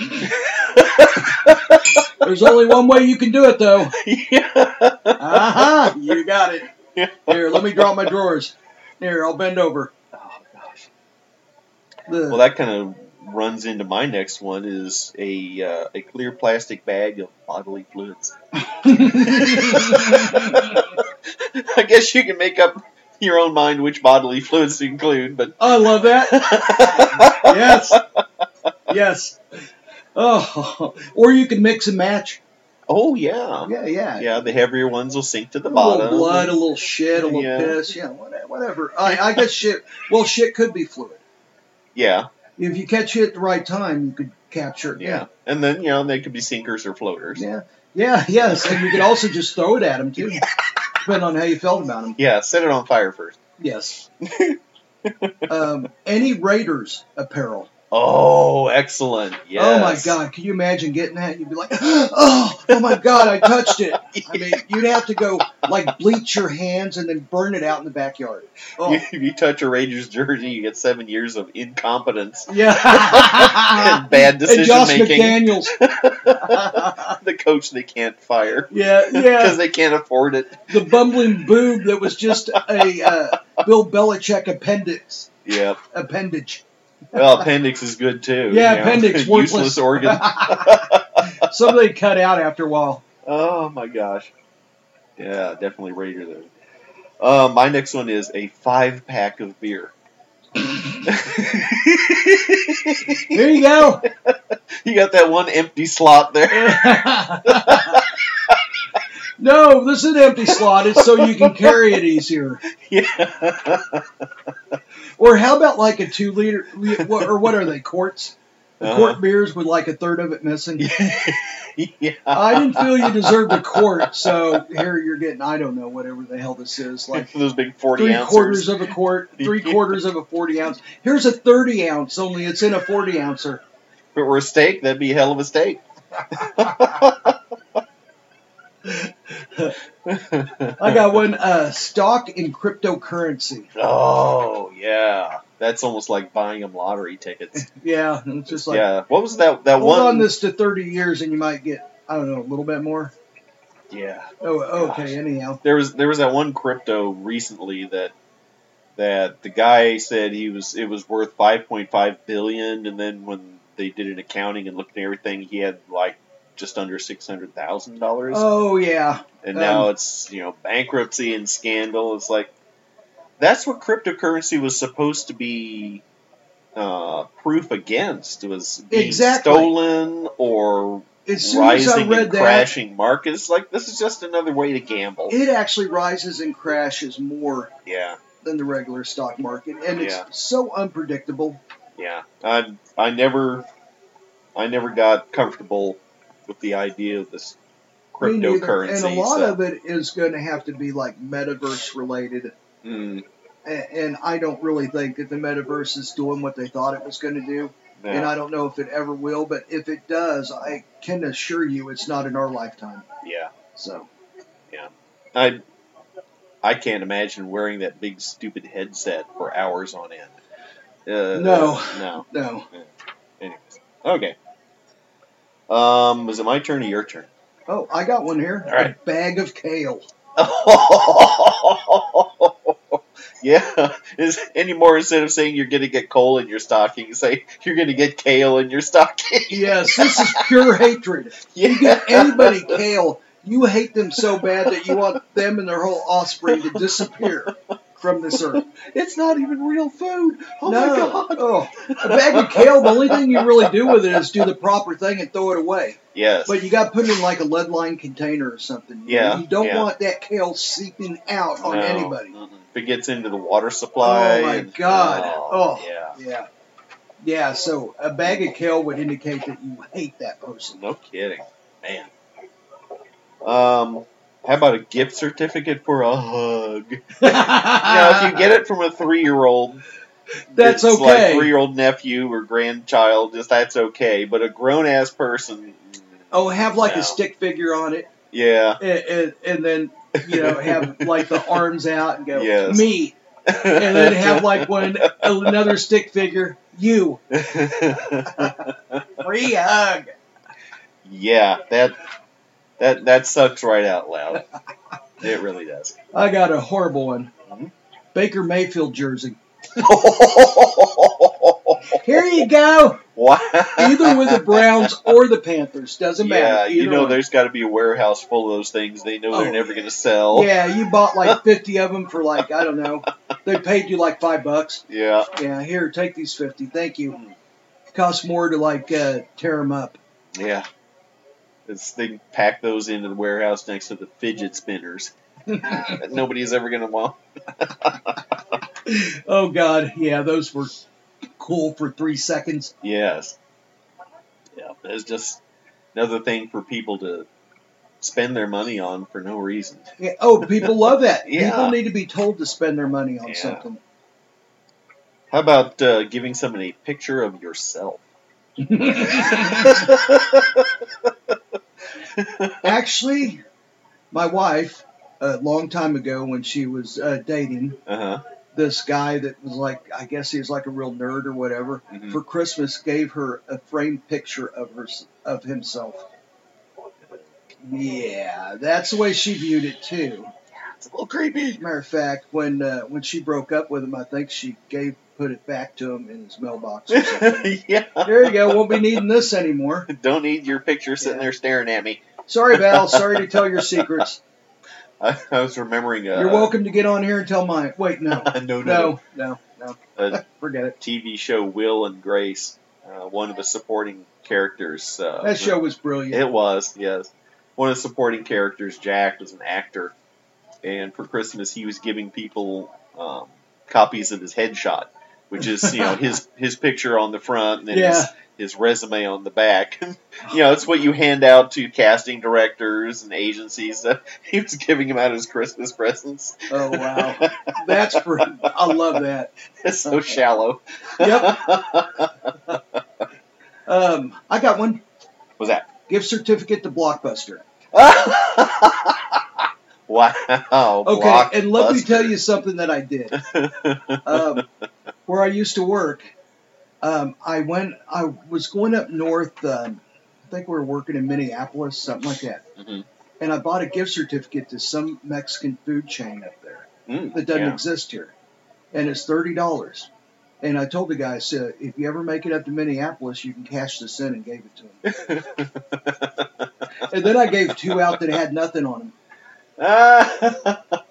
There's only one way you can do it, though.
yeah.
Aha! You got it. Here, let me draw my drawers. Here, I'll bend over.
Oh gosh.
The-
Well, that kind of runs into my next one is a uh, a clear plastic bag of bodily fluids.
Oh,
I guess you can make up your own mind which bodily fluids to include, but
I love that. yes. Yes. Oh, or you can mix and match.
oh yeah,
Yeah, yeah.
yeah, the heavier ones will sink to
A
the
little
bottom.
blood, a little shit, a little
Yeah.
piss. Yeah, whate- whatever. I, I guess shit. Well, shit could be fluid.
Yeah,
If you catch it at the right time, you could capture it.
yeah, and then you know they could be sinkers or floaters.
Yeah. Yeah, yes. And you could also just throw it at them, too, depending on how you felt about them.
Yeah, set it on fire first.
Yes. um, any Raiders apparel.
Oh, excellent! Yes.
Oh my God! Can you imagine getting that? You'd be like, oh, oh my God! I touched it. I mean, you'd have to go like bleach your hands and then burn it out in the backyard. Oh,
You, if you touch a Rangers jersey, you get seven years of incompetence
yeah.
and bad
and
decision
Josh
making.
McDaniels.
the coach they can't fire
yeah,
because
yeah.
they can't afford it.
The bumbling boob that was just a uh, Bill Belichick appendix.
Yeah.
Appendage.
Well, appendix is good too.
Yeah,
you know.
appendix, worthless.
useless organ.
Somebody cut out after a while.
Oh my gosh. Yeah, definitely Raider though. Uh, my next one is a five pack of beer.
There you go.
you got that one empty slot there.
no, this is an empty slot. It's so you can carry it easier.
yeah.
Or how about like a two liter, what- or what are they, quarts? The
Uh-huh.
quart beers with like a third of it missing.
yeah.
I didn't feel you deserved a quart, so here you're getting, I don't know, whatever the hell this is. Like
Those big forty
three
ounces.
quarters of a quart, three quarters of a 40 ounce. Here's a 30 ounce, only it's in a 40 ouncer.
If it were a steak, that'd be a hell of a steak.
I got one uh, stock in cryptocurrency.
Oh yeah, that's almost like buying them lottery tickets.
Yeah, and it's just like,
yeah. What was that? That
hold
one.
on this to 30 years and you might get, I don't know, a little bit more.
Yeah.
Oh, okay,
Gosh.
anyhow.
There was there was that one crypto recently that that the guy said he was it was worth 5.5 billion, and then when they did an accounting and looked at everything, he had like just under six hundred thousand dollars,
Oh, yeah.
and now
um,
it's you know bankruptcy and scandal. It's like that's what cryptocurrency was supposed to be. Uh, proof against was being
Exactly.
stolen or
As soon as I
rising
read
and
that,
crashing markets. Like this is just another way to gamble.
it actually rises and crashes more
yeah.
than the regular stock market, and it's
Yeah.
so unpredictable.
yeah i i never i never got comfortable with the idea of this
Me neither.
cryptocurrency
and a lot
so-
of it is going to have to be like metaverse related.
Mm,
a- And I don't really think that the metaverse is doing what they thought it was going to do.
yeah.
And I don't know if it ever will, but if it does, I can assure you it's not in our lifetime.
yeah
So,
i i can't imagine wearing that big stupid headset for hours on end uh,
No.
no
no.
anyways okay um was it my turn or your turn
Oh, I got one here.
All right.
A bag of kale.
yeah. Is anymore instead of saying you're gonna get coal in your stocking, say you're gonna get kale in your stocking.
Yes, this is pure hatred. You
yeah.
get anybody kale, you hate them so bad that you want them and their whole offspring to disappear from this earth.
It's not even real food.
no.
Oh my god.
Oh, a bag of kale, the only thing you really do with it is do the proper thing and throw it away.
Yes.
But you got to put it in like a lead lined container or something. You know?
Yeah,
You don't
yeah.
want that kale seeping out on
No.
anybody.
Mm-mm. If it gets into the water supply.
Oh, my
and-
God. Oh.
um, Yeah.
Yeah. Yeah, so a bag of kale would indicate that you hate that person.
No kidding, man. Um, how about a gift certificate for a hug? Now, if you get it from a three-year-old,
That's
it's Like
okay.
three-year-old nephew or grandchild, just that's okay. But a grown-ass person, mm,
oh, have like
No.
a stick figure on it,
yeah,
and, and, and then you know have like the arms out and go
Yes.
me, and then have like one another stick figure you free hug.
yeah, that that that sucks right out loud. It really does.
I got a horrible one.
Mhm.
Baker Mayfield jersey. Here you go.
wow.
Either with the Browns or the Panthers. Doesn't
Yeah,
matter.
you
Either
know
one.
there's got to be a warehouse full of those things. They know they're
Oh,
never going to sell.
Yeah, you bought like 50 of them for like, I don't know. They paid you like five bucks.
Yeah.
Yeah, here, take these 50. Thank you.
Hmm.
Costs more to like uh, tear them up.
Yeah. It's, they pack those into the warehouse next to the fidget spinners that nobody's ever going to want.
Oh, God. Yeah, those were cool for three seconds.
Yes. Yeah, it's just another thing for people to spend their money on for no reason.
Yeah, oh, people love that.
Yeah.
People need to be told to spend their money on
Yeah.
something.
How about uh, giving someone a picture of yourself?
Actually, my wife, a long time ago when she was uh, dating,
Uh huh.
this guy that was like, I guess he was like a real nerd or whatever,
Mhm.
for Christmas gave her a framed picture of her of himself. Yeah, that's the way she viewed it too.
It's a little creepy.
Matter of fact, when uh, when she broke up with him, I think she gave put it back to him in his mailbox. Or something.
yeah.
there you go. Won't be needing this anymore.
Don't need your picture sitting
Yeah.
there staring at me.
Sorry, Val. Sorry to tell your secrets.
I, I was remembering. Uh,
You're welcome to get on here and tell mine. Wait, no,
no, Uh, no,
no, no, no.
no. A
Forget it.
TV show Will and Grace. Uh, one of the supporting characters. Uh,
That show was brilliant.
It was, yes. One of the supporting characters, Jack, was an actor, and for Christmas he was giving people um, copies of his headshot, which is you know his his picture on the front and then
Yeah.
his, his resume on the back. you know, it's what you hand out to casting directors and agencies. he was giving him out as Christmas presents.
Oh wow, that's for. I love that.
It's so shallow.
yep. Um, I got one.
Was that?
Gift certificate to Blockbuster.
wow.
Okay, and let me
blockbuster.
tell you something that I did. um, where I used to work, um, I went. I was going up north. Um, I think we were working in Minneapolis, something like that.
Mhm.
And I bought a gift certificate to some Mexican food chain up there.
Mm,
that doesn't
yeah.
exist here, and it's thirty dollars. And I told the guy, I said, if you ever make it up to Minneapolis, you can cash this in, and gave it to him. and then I gave two out that had nothing on them.
Ah.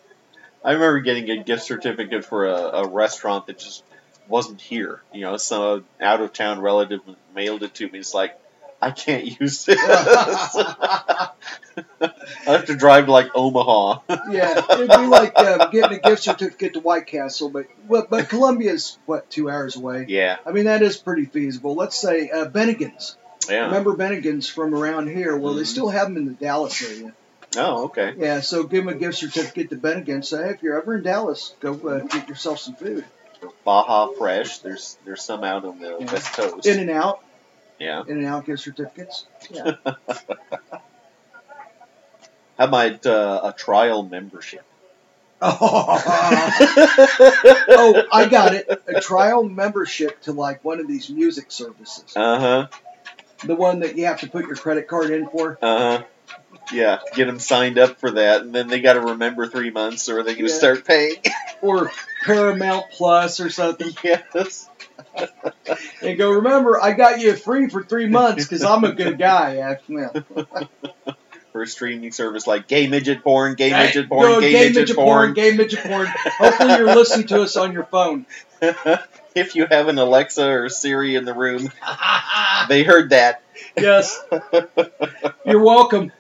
I remember getting a gift certificate for a, a restaurant that just wasn't here. You know, some out of town relative mailed it to me. It's like, I can't use this. I have to drive to like Omaha.
Yeah, it'd be like um, getting a gift certificate to White Castle, but but, but Columbia's what two hours away.
yeah,
I mean that is pretty feasible. Let's say uh, Bennigan's.
yeah. Mm-hmm.
Remember Bennigan's from around here? Well, they still have them in the Dallas area.
Oh, okay.
Yeah, so give them a gift certificate to Bennigan's. Say if you're ever in Dallas, go uh, get yourself some food.
Baja Fresh. There's there's some out on the
Yeah.
West Coast.
In and out,
yeah.
in and out gift certificates.
How about uh, a trial membership?
oh,
uh
I got it. A trial membership to like one of these music services.
huh.
The one that you have to put your credit card in for.
Uh huh. Yeah, get them signed up for that, and then they got to remember three months, or they're going to
Yeah.
start paying.
or Paramount Plus or something.
yes.
And go, remember, I got you free for three months because I'm a good guy. Actually, well,
For a streaming service like gay midget porn, gay
Hey,
midget porn,
go
gay, midget, porn.
gay midget porn. Hopefully, you're listening to us on your phone.
if you have an Alexa or Siri in the room, they heard that.
Yes, you're welcome.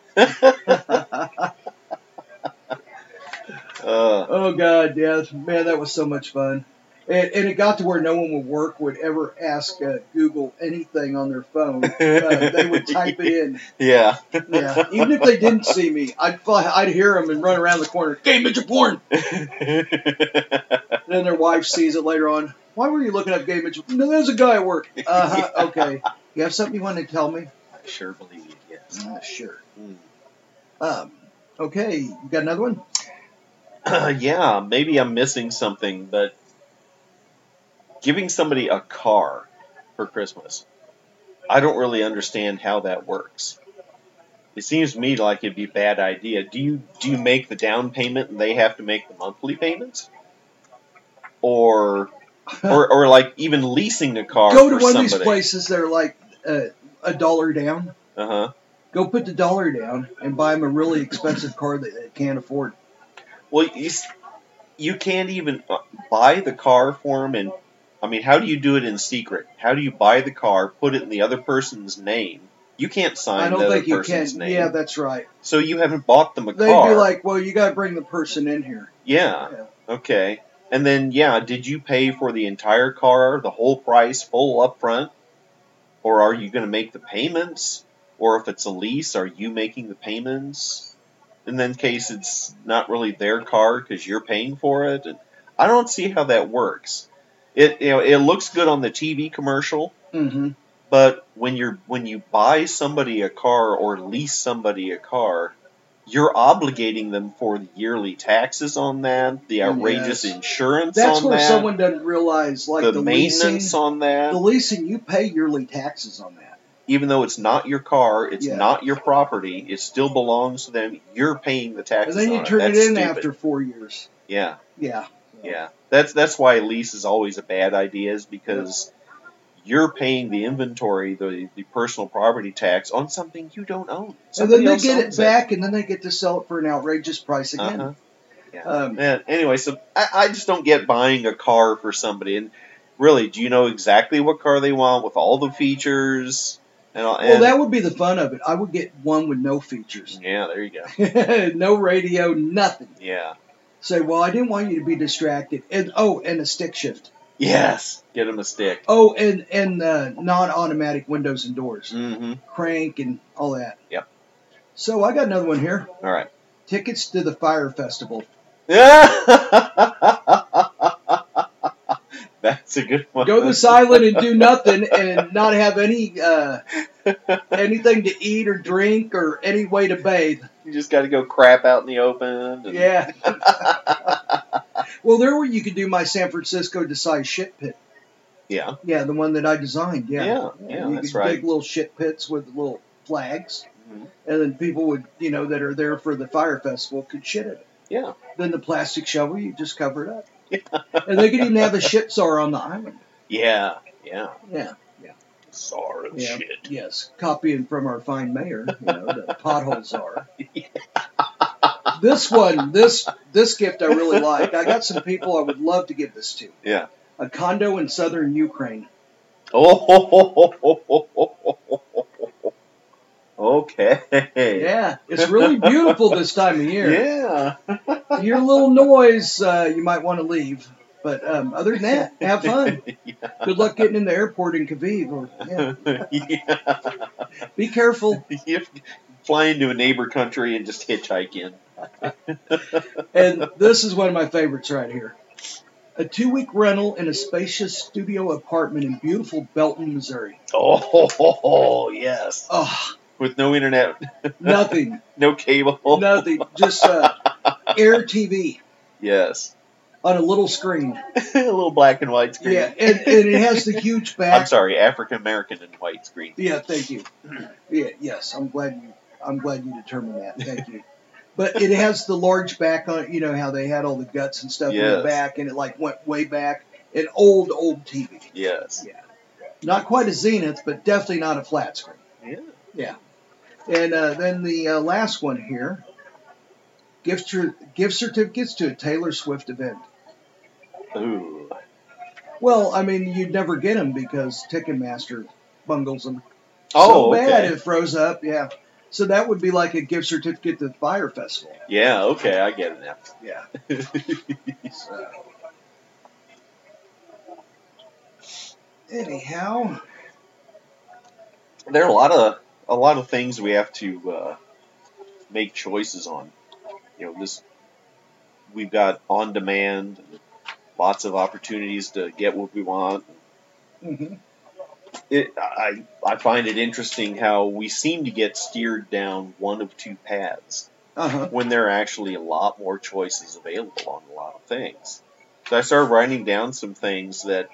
Uh,
Oh God, yes, man, that was so much fun. And, and it got to where no one would work would ever ask uh, Google anything on their phone. Uh, they would type it in.
yeah.
Yeah, even if they didn't see me, I'd fly, I'd hear them and run around the corner. Gay midget porn. Then their wife sees it later on. Why were you looking up gay midget? No, there's a guy at work. Uh huh. Okay. You have something you want to tell me?
I sure believe it, yes.
Uh, sure.
Mm.
Um. Okay. You got another one?
yeah, maybe I'm missing something, but giving somebody a car for Christmas, I don't really understand how that works. It seems to me like it'd be a bad idea. Do you do you make the down payment and they have to make the monthly payments? Or or, or like even leasing a car
Go to
for
one
somebody.
of these places that are like uh, a dollar down.
Uh-huh.
Go put the dollar down and buy them a really expensive car that they can't afford.
Well, you, s- you can't even uh, buy the car for them, and I mean, how do you do it in secret? How do you buy the car, put it in the other person's name? You can't sign
I
the
don't
other
think you can.
person's name,
Yeah, that's right.
so you haven't bought them a
They'd
car.
be like, well, you got to bring the person in here.
yeah, okay, and then yeah, did you pay for the entire car, the whole price, full up front, or are you going to make the payments? Or if it's a lease, are you making the payments? in then case it's not really their car because you're paying for it. And I don't see how that works. It you know it looks good on the TV commercial,
Mm-hmm.
but when you're when you buy somebody a car or lease somebody a car, you're obligating them for the yearly taxes on that, the outrageous
Yes.
insurance
That's
on
where
that,
someone doesn't realize, like
the,
the,
maintenance
leasing.
on that.
The leasing, you pay yearly taxes on that.
Even though it's not your car, it's
Yeah.
not your property, it still belongs to them. You're paying the
And
taxes
then
on
you turn it,
That's
in
stupid.
after four years.
Yeah.
Yeah.
Yeah, that's that's why a lease is always a bad idea, is because you're paying the inventory, the, the personal property tax on something you don't own.
And
Somebody
then they
else
get it
owns
back, and then they get to sell it for an outrageous price again.
Uh-huh. Yeah.
Um,
Yeah, Anyway, so I, I just don't get buying a car for somebody. And really, do you know exactly what car they want with all the features? And, all-
Well,
and
that would be the fun of it. I would get one with no features,
yeah, there you go.
no radio, nothing.
Yeah.
Say, well, I didn't want you to be distracted, and oh, and a stick shift.
Yes. Get them a stick.
Oh, and and uh, non-automatic windows and doors,
Mm-hmm.
crank, and all that.
Yep.
So I got another one here.
All right.
Tickets to the fire festival.
That's a good one.
Go to this island and do nothing, and not have any uh, anything to eat or drink or any way to bathe.
You just got to go crap out in the open. and-
Yeah. well, there where you could do my San Francisco Desai shit pit.
Yeah.
Yeah, the one that I designed. Yeah.
Yeah, yeah,
you
that's
could
right.
dig little shit pits with little flags,
Mhm.
and then people would, you know, that are there for the fire festival could shit it.
Yeah.
Then the plastic shovel, you just cover it up. and they could even have a shit czar on the island.
Yeah. Yeah.
Yeah.
Sorry. of
Yeah.
Shit.
Yes. Copying from our fine mayor, you know, the potholes are. This one, this this gift I really like. I got some people I would love to give this to.
Yeah.
A condo in southern Ukraine.
Oh. Okay.
Yeah, it's really beautiful this time of year.
Yeah.
You Hear a little noise, uh, you might want to leave. But um, other than that, have fun. Good luck getting in the airport in Kyiv. Or, yeah,
yeah.
be careful.
You fly into a neighbor country and just hitchhike in.
And this is one of my favorites right here. A two week rental in a spacious studio apartment in beautiful Belton, Missouri.
Oh, yes.
Oh,
With no internet,
nothing,
no cable.
nothing. Just uh, air TV
Yes.
on a little screen.
a little black and white screen.
Yeah, and, and it has the huge back.
I'm sorry, African American and white screen.
Yeah, thank you. Yeah, yes, I'm glad you I'm glad you determined that. Thank you. But it has the large back on it. You know how they had all the guts and stuff in the
Yes.
back, and it like went way back. An old, old TV.
Yes.
Not quite a Zenith, but definitely not a flat screen.
Yeah.
And uh, then the uh, last one here gift, cer- gift certificates to a Taylor Swift event.
Ooh.
Well, I mean, you'd never get them because Ticketmaster bungles them. so
Oh,
bad
okay.
it froze up, yeah. So that would be like a gift certificate to the Fire Festival.
Yeah, okay, I get it now.
Yeah. So. Anyhow,
there are a lot of a lot of things we have to uh, make choices on. You know, this we've got on demand, lots of opportunities to get what we want.
mhm.
It, I I find it interesting how we seem to get steered down one of two paths
uh-huh.
when there are actually a lot more choices available on a lot of things. So I started writing down some things that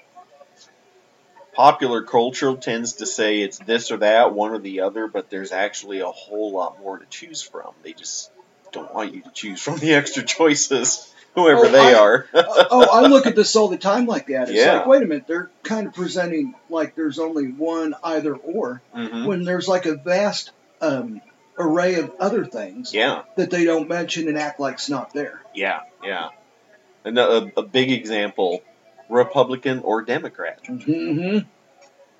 popular culture tends to say it's this or that, one or the other, but there's actually a whole lot more to choose from. They just don't want you to choose from the extra choices, whoever
Oh, I-
they are.
oh, I look at this all the time like that. It's
Yeah.
like, wait a minute, they're kind of presenting like there's only one either or
hmm
when there's like a vast um, array of other things
Yeah,
that they don't mention and act like it's not there.
yeah, yeah. And a, a big example Republican or Democrat. Mm-hmm.
hmm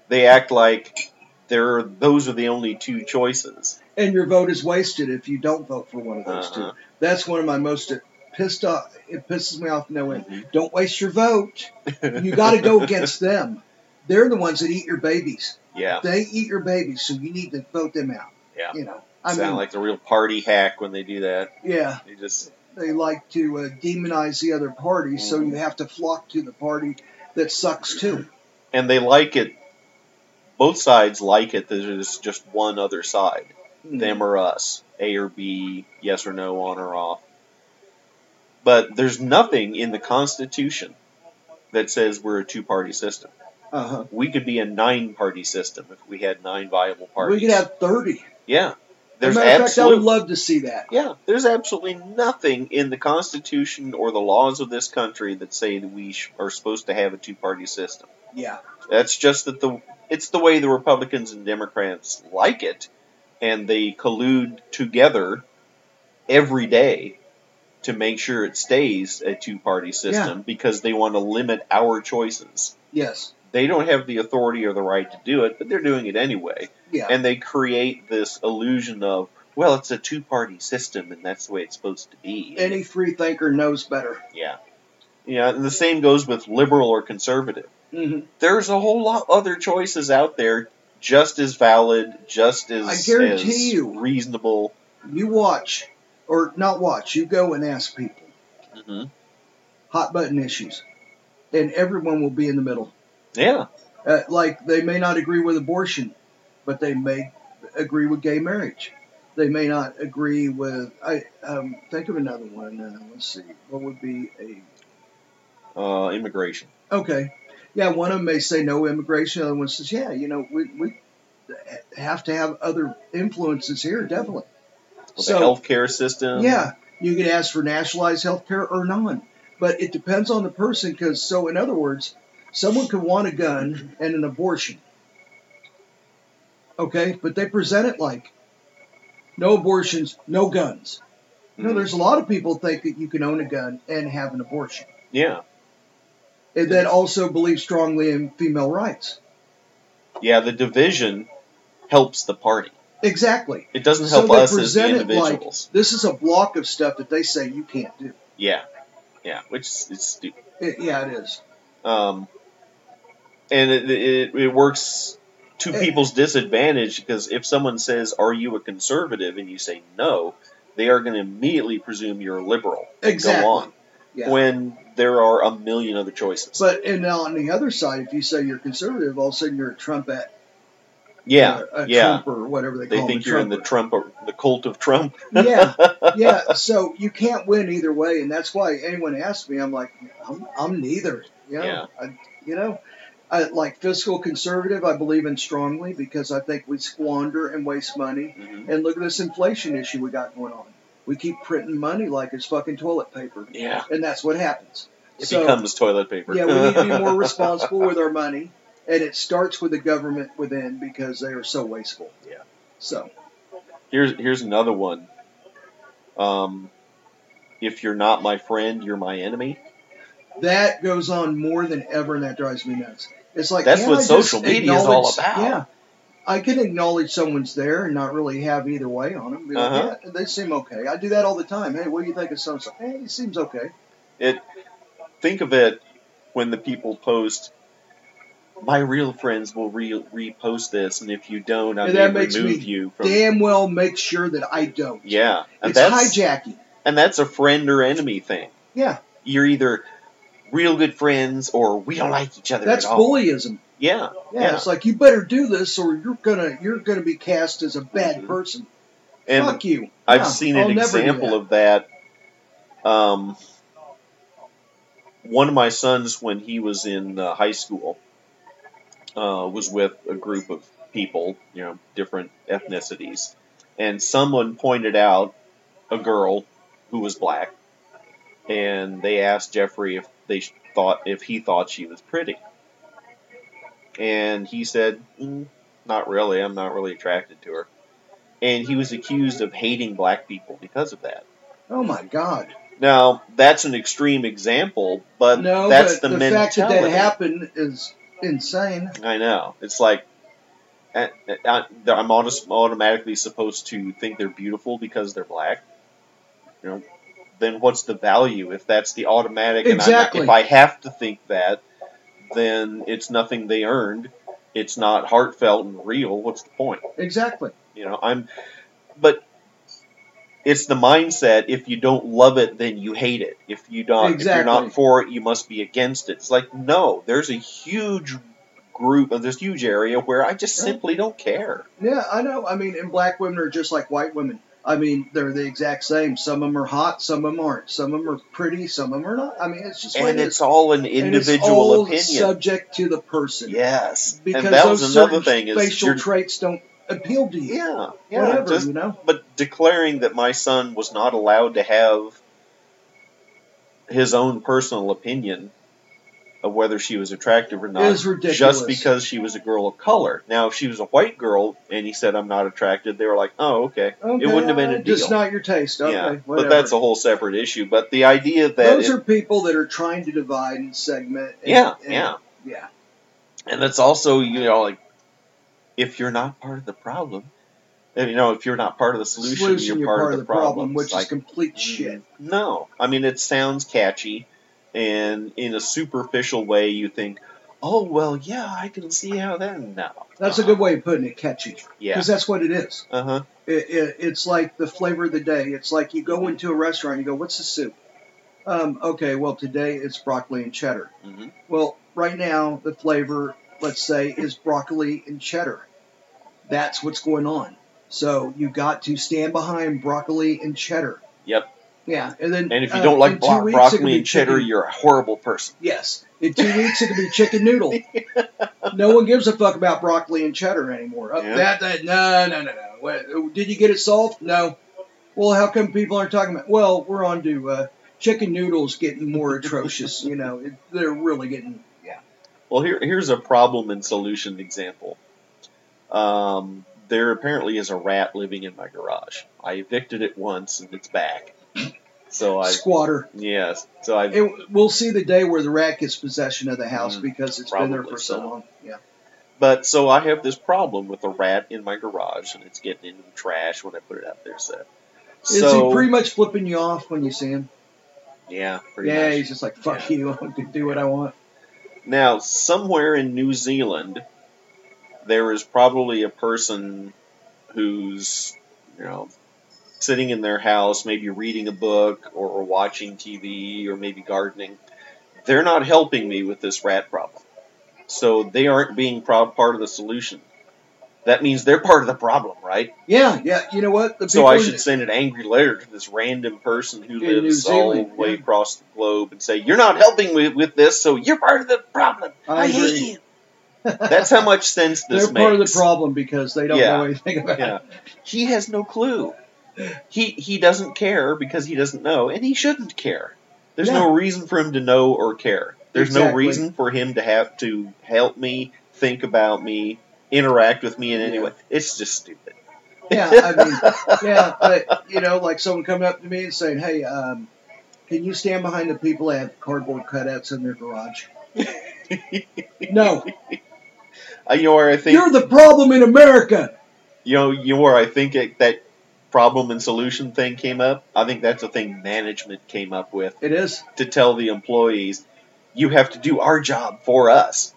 They act like they're, those are the only two choices.
And your vote is wasted if you don't vote for one of those
Uh-huh.
two. That's one of my most pissed off. It pisses me off no end.
Mhm.
Don't waste your vote. You got to go against them. They're the ones that eat your babies.
Yeah.
They eat your babies, so you need to vote them out.
Yeah.
You know, I
sound
mean,
like the real party hack when they do that.
yeah,
They just
they like to uh, demonize the other party, so
Mm-hmm.
you have to flock to the party that sucks too.
and they like it. Both sides like it. that There's just one other side,
Mm-hmm.
them or us, A or B, yes or no, on or off. But there's nothing in the Constitution that says we're a two-party system.
Uh huh.
We could be a nine-party system if we had nine viable parties.
We could have 30.
yeah. There's
As a matter of fact, I would
absolutely
love to see that.
Yeah, there's absolutely nothing in the Constitution or the laws of this country that say that we sh- are supposed to have a two-party system.
Yeah.
That's just that the it's the way the Republicans and Democrats like it, and they collude together every day to make sure it stays a two-party system because they want to limit our choices.
Yes.
They don't have the authority or the right to do it, but they're doing it anyway
Yeah.
and they create this illusion of well it's a two party system and that's the way it's supposed to be
Any free thinker knows better.
yeah yeah and the same goes with liberal or conservative
hmm
there's a whole lot other choices out there just as valid just as,
I guarantee
as
you.
reasonable
You watch, or not watch, you go and ask people
Mhm.
hot button issues, and everyone will be in the middle.
yeah
Uh, like, they may not agree with abortion, but they may agree with gay marriage. They may not agree with. I um, think of another one. Uh, let's see. What would be a
uh, immigration
Okay. Yeah, one of them may say no immigration. The other one says, yeah, you know, we, we have to have other influences here, definitely.
with
So-
the healthcare system
yeah, you can ask for nationalized health care or non, but it depends on the person because, so in other words, someone could want a gun and an abortion. Okay, but they present it like no abortions, no guns. You know,
Mhm.
there's a lot of people think that you can own a gun and have an abortion,
yeah
and that also believe strongly in female rights.
yeah the division helps the party
Exactly.
it doesn't
So
help
they
us as the
present it like
individuals
this is a block of stuff that they say you can't do.
yeah yeah which is it's stupid
It, yeah, it is.
um, and it, it, it works to
Eh.
people's disadvantage because if someone says, "Are you a conservative?" and you say no, they are going to immediately presume you're a liberal. and
Exactly.
Go on.
Yeah.
When there are a million other choices.
But and now on the other side, if you say you're conservative, all of a sudden you're a Trumpet.
yeah,
uh, a
yeah.
Trump or whatever they,
they
call
think
them,
you're in the Trump, uh, the cult of Trump.
yeah, yeah. So you can't win either way, and that's why anyone asks me, I'm like, I'm, I'm neither. You know,
Yeah.
I, you know, I, like fiscal conservative, I believe in strongly because I think we squander and waste money.
Mhm.
And look at this inflation issue we got going on. We keep printing money like it's fucking toilet paper,
Yeah.
and that's what happens.
It
So-
becomes toilet paper.
Yeah, we need to be more responsible with our money, and it starts with the government within because they are so wasteful.
Yeah.
So
here's here's another one. Um, if you're not my friend, you're my enemy.
that goes on more than ever, and that drives me nuts. It's like
That's
can't
what
I just
social media is all
acknowledge-
about.
Yeah, I can acknowledge someone's there and not really have either way on them. Be like,
Uh-huh.
"Yeah, they seem okay. I do that all the time. Hey, what do you think of so and so? Hey, he seems okay.
Think of it when the people post. My real friends will re- repost this, and if you don't, I
And
may
that makes
remove
me
you from.
Damn well, make sure that I don't.
Yeah, and
it's
that's
hijacking.
and that's a friend or enemy thing.
Yeah,
You're either real good friends or we don't like each other
that's
at all.
bullyism.
Yeah,
Yeah,
Yeah.
it's like you better do this or you're gonna you're gonna be cast as a bad
Mhm.
person.
and
Fuck you.
I've
Yeah,
seen
I'll
an
never do
example of that. Um, one of my sons, when he was in uh, high school, uh, was with a group of people, you know, different ethnicities, and someone pointed out a girl who was black, and they asked Jeffrey if they sh- thought if he thought she was pretty, and he said, mm, "Not really. I'm not really attracted to her." and he was accused of hating black people because of that.
Oh my god.
Now, that's an extreme example, but
No, but
that's the,
the fact
mentality.
that that happened is insane.
I know. It's like I, I, I'm autos- automatically supposed to think they're beautiful because they're black. You know, then what's the value if that's the automatic?
Exactly.
And I'm, if I have to think that, then it's nothing they earned. It's not heartfelt and real. What's the point?
Exactly.
You know, I'm, but it's the mindset. If you don't love it, then you hate it. If you don't, if you're
Exactly.
not for it, you must be against it. It's like no, there's a huge group, uh, there's a huge area where I just
Yeah.
simply don't care.
Yeah, I know. I mean, and black women are just like white women. I mean, they're the exact same. Some of them are hot, some of them aren't. Some of them are pretty, some of them are not. I mean, it's just
And
like
it's all an
and it's
individual
all
opinion.
subject to the person.
yes,
Because
and that
those
was
certain
another thing is
facial
you're,
traits don't appeal to you.
yeah, yeah,
Whatever,
just-
you know.
but declaring that my son was not allowed to have his own personal opinion of whether she was attractive or not
Is ridiculous.
just because she was a girl of color. Now, if she was a white girl and he said, I'm not attracted, they were like, oh, okay.
Okay,
it wouldn't have been a deal.
Just not your taste. Okay,
yeah,
whatever.
but that's a whole separate issue. But the idea that.
Those
it-
are people that are trying to divide and segment. And,
yeah,
and-
yeah.
yeah.
And that's also, you know, like, if you're not part of the problem, and, you know, if you're not part of the solution,
Solution,
you're, part, of the problem.
which
It's like, mm, uh-huh.
is complete shit.
No, I mean it sounds catchy, and in a superficial way, you think, "Oh well, yeah, I can see how that." No,
That's a good way of putting it, catchy.
Yeah.
Because that's what it is.
Uh huh.
It, it, it's like the flavor of the day. It's like you
Mm-hmm.
go into a restaurant and you go, what's the soup? Um, okay, well, today it's broccoli and cheddar.
hmm
Well, right now, the flavor, let's say, is broccoli and cheddar. That's what's going on. So you got to stand behind broccoli and cheddar.
Yep.
Yeah, and then
And if you
uh,
don't like
in two
bro-
weeks, it could
broccoli
be
and cheddar,
chicken-
you're a horrible person.
yes, in two weeks it could be chicken noodle. No one gives a fuck about broccoli and cheddar anymore. Uh,
Yeah.
That, that no no no no. What- Did you get it solved? No. Well, how come people aren't talking about? Well, we're on to uh, chicken noodles getting more atrocious. You know, it, they're really getting yeah.
Well, here here's a problem and solution example. Um, there apparently is a rat living in my garage. I evicted it once, and it's back. So I
squatter.
yes, so I
It, we'll see the day where the rat gets possession of the house
Mm,
because it's been there
probably
for so,
so.
long. Yeah.
But so I have this problem with a rat in my garage, and it's getting into the trash when I put it out there. So,
Is
so
he pretty much flipping you off when you see him?
yeah, pretty
Yeah,
much.
he's just like, fuck you, I can do what I want.
Now, somewhere in New Zealand, there is probably a person who's you know sitting in their house, maybe reading a book or, or watching TV or maybe gardening. They're not helping me with this rat problem, so they aren't being pro- part of the solution. That means they're part of the problem, right?
Yeah, yeah, you know what? The
So I
people in-
should send an angry letter to this random person who
In New
lives all the
Zealand,
way
yeah.
across the globe and say, "You're not helping me with this, so you're part of the problem."
I
I, hate
agree.
you. That's how much sense this
They're
makes.
part of the problem because they don't
Yeah.
know anything about it.
Yeah. He has no clue. He he doesn't care because he doesn't know, and he shouldn't care. There's
Yeah.
no reason for him to know or care. There's no
Exactly.
reason for him to have to help me, think about me, interact with me in any
Yeah.
way. It's just stupid.
Yeah, I mean, yeah, but you know, like someone coming up to me and saying, "Hey, um, can you stand behind the people that have cardboard cutouts in their garage?" no,
Uh, you know where I think
you're the problem in America.
you know you know where I think it, that problem and solution thing came up. I think that's a thing management came up with
It is.
to tell the employees, you have to do our job for us.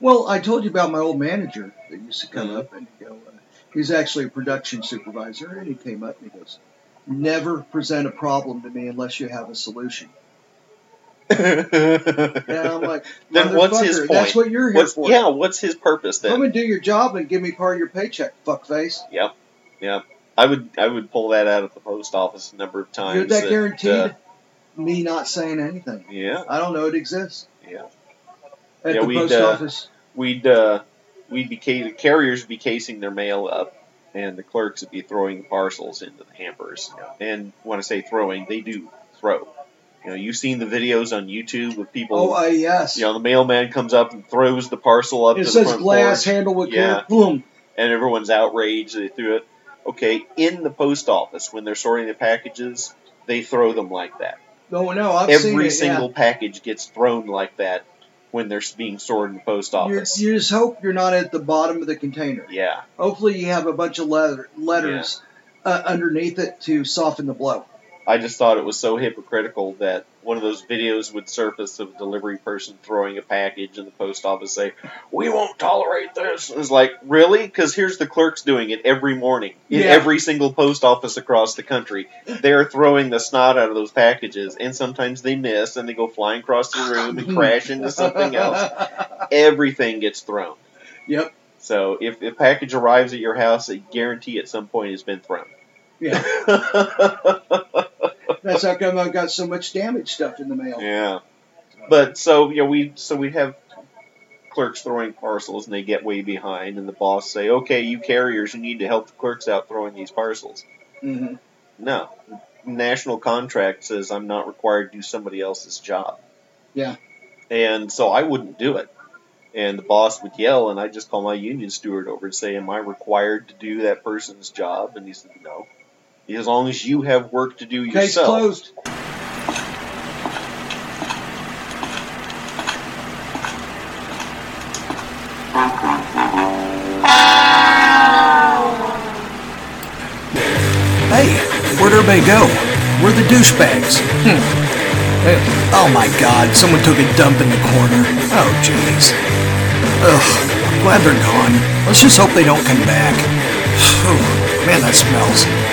Well, I told you about my old manager that used to come
Mhm.
up and go. Uh, he's actually a production supervisor, and he came up and he goes, "Never present a problem to me unless you have a solution." And I'm like,
Then what's his
"Motherfucker,
point?
That's what you're here
What's-
for.
yeah, what's his purpose then?
Come and do your job and give me part of your paycheck, fuckface.
I would I would pull that out of the post office a number of times.
You're that
uh,
guaranteed me not saying anything.
yeah,
I don't know it exists.
Yeah.
At
Yeah,
the
we'd,
post
uh,
office.
we'd uh, we'd be ca- carriers would be casing their mail up, and the clerks would be throwing parcels into the hampers. And when I say throwing, they do throw. You know, you've seen the videos on YouTube of people.
Oh, I yes.
you know, the mailman comes up and throws the parcel up
it
to the
says
front
glass
porch,
handle with
Yeah.
clear. Boom.
and everyone's outraged. They threw it. Okay, in the post office when they're sorting the packages, they throw them like that.
No, no, I've seen
every
it.
single package gets thrown like that when they're being stored in the post
yeah. you
office.
you just hope you're not at the bottom of the container.
yeah,
Hopefully, you have a bunch of letter, letters uh, underneath it to soften the blow.
I just thought it was so hypocritical that one of those videos would surface of a delivery person throwing a package in the post office, say, "We won't tolerate this." It's like really because here's the clerks doing it every morning in
Yeah.
every single post office across the country. They are throwing the snot out of those packages, and sometimes they miss and they go flying across the room and crash into something else. Everything gets thrown.
yep.
So if a package arrives at your house, I guarantee at some point it's been thrown.
Yeah. That's how come I've got so much damage stuff in the mail.
yeah. But so you know we so we have clerks throwing parcels and they get way behind and the boss say, okay, you carriers, you need to help the clerks out throwing these parcels.
Mhm.
No, national contract says I'm not required to do somebody else's job.
Yeah.
And so I wouldn't do it. And the boss would yell, and I just call my union steward over and say, "Am I required to do that person's job?" And he said, "No, as long as you have work to do
Case
yourself."
closed.
Hey, where'd everybody go? Where are the douchebags? Hmm. Hey, Oh my god, someone took a dump in the corner. Oh jeez. Ugh, I'm glad they're gone. Let's just hope they don't come back. Whew, man, that smells.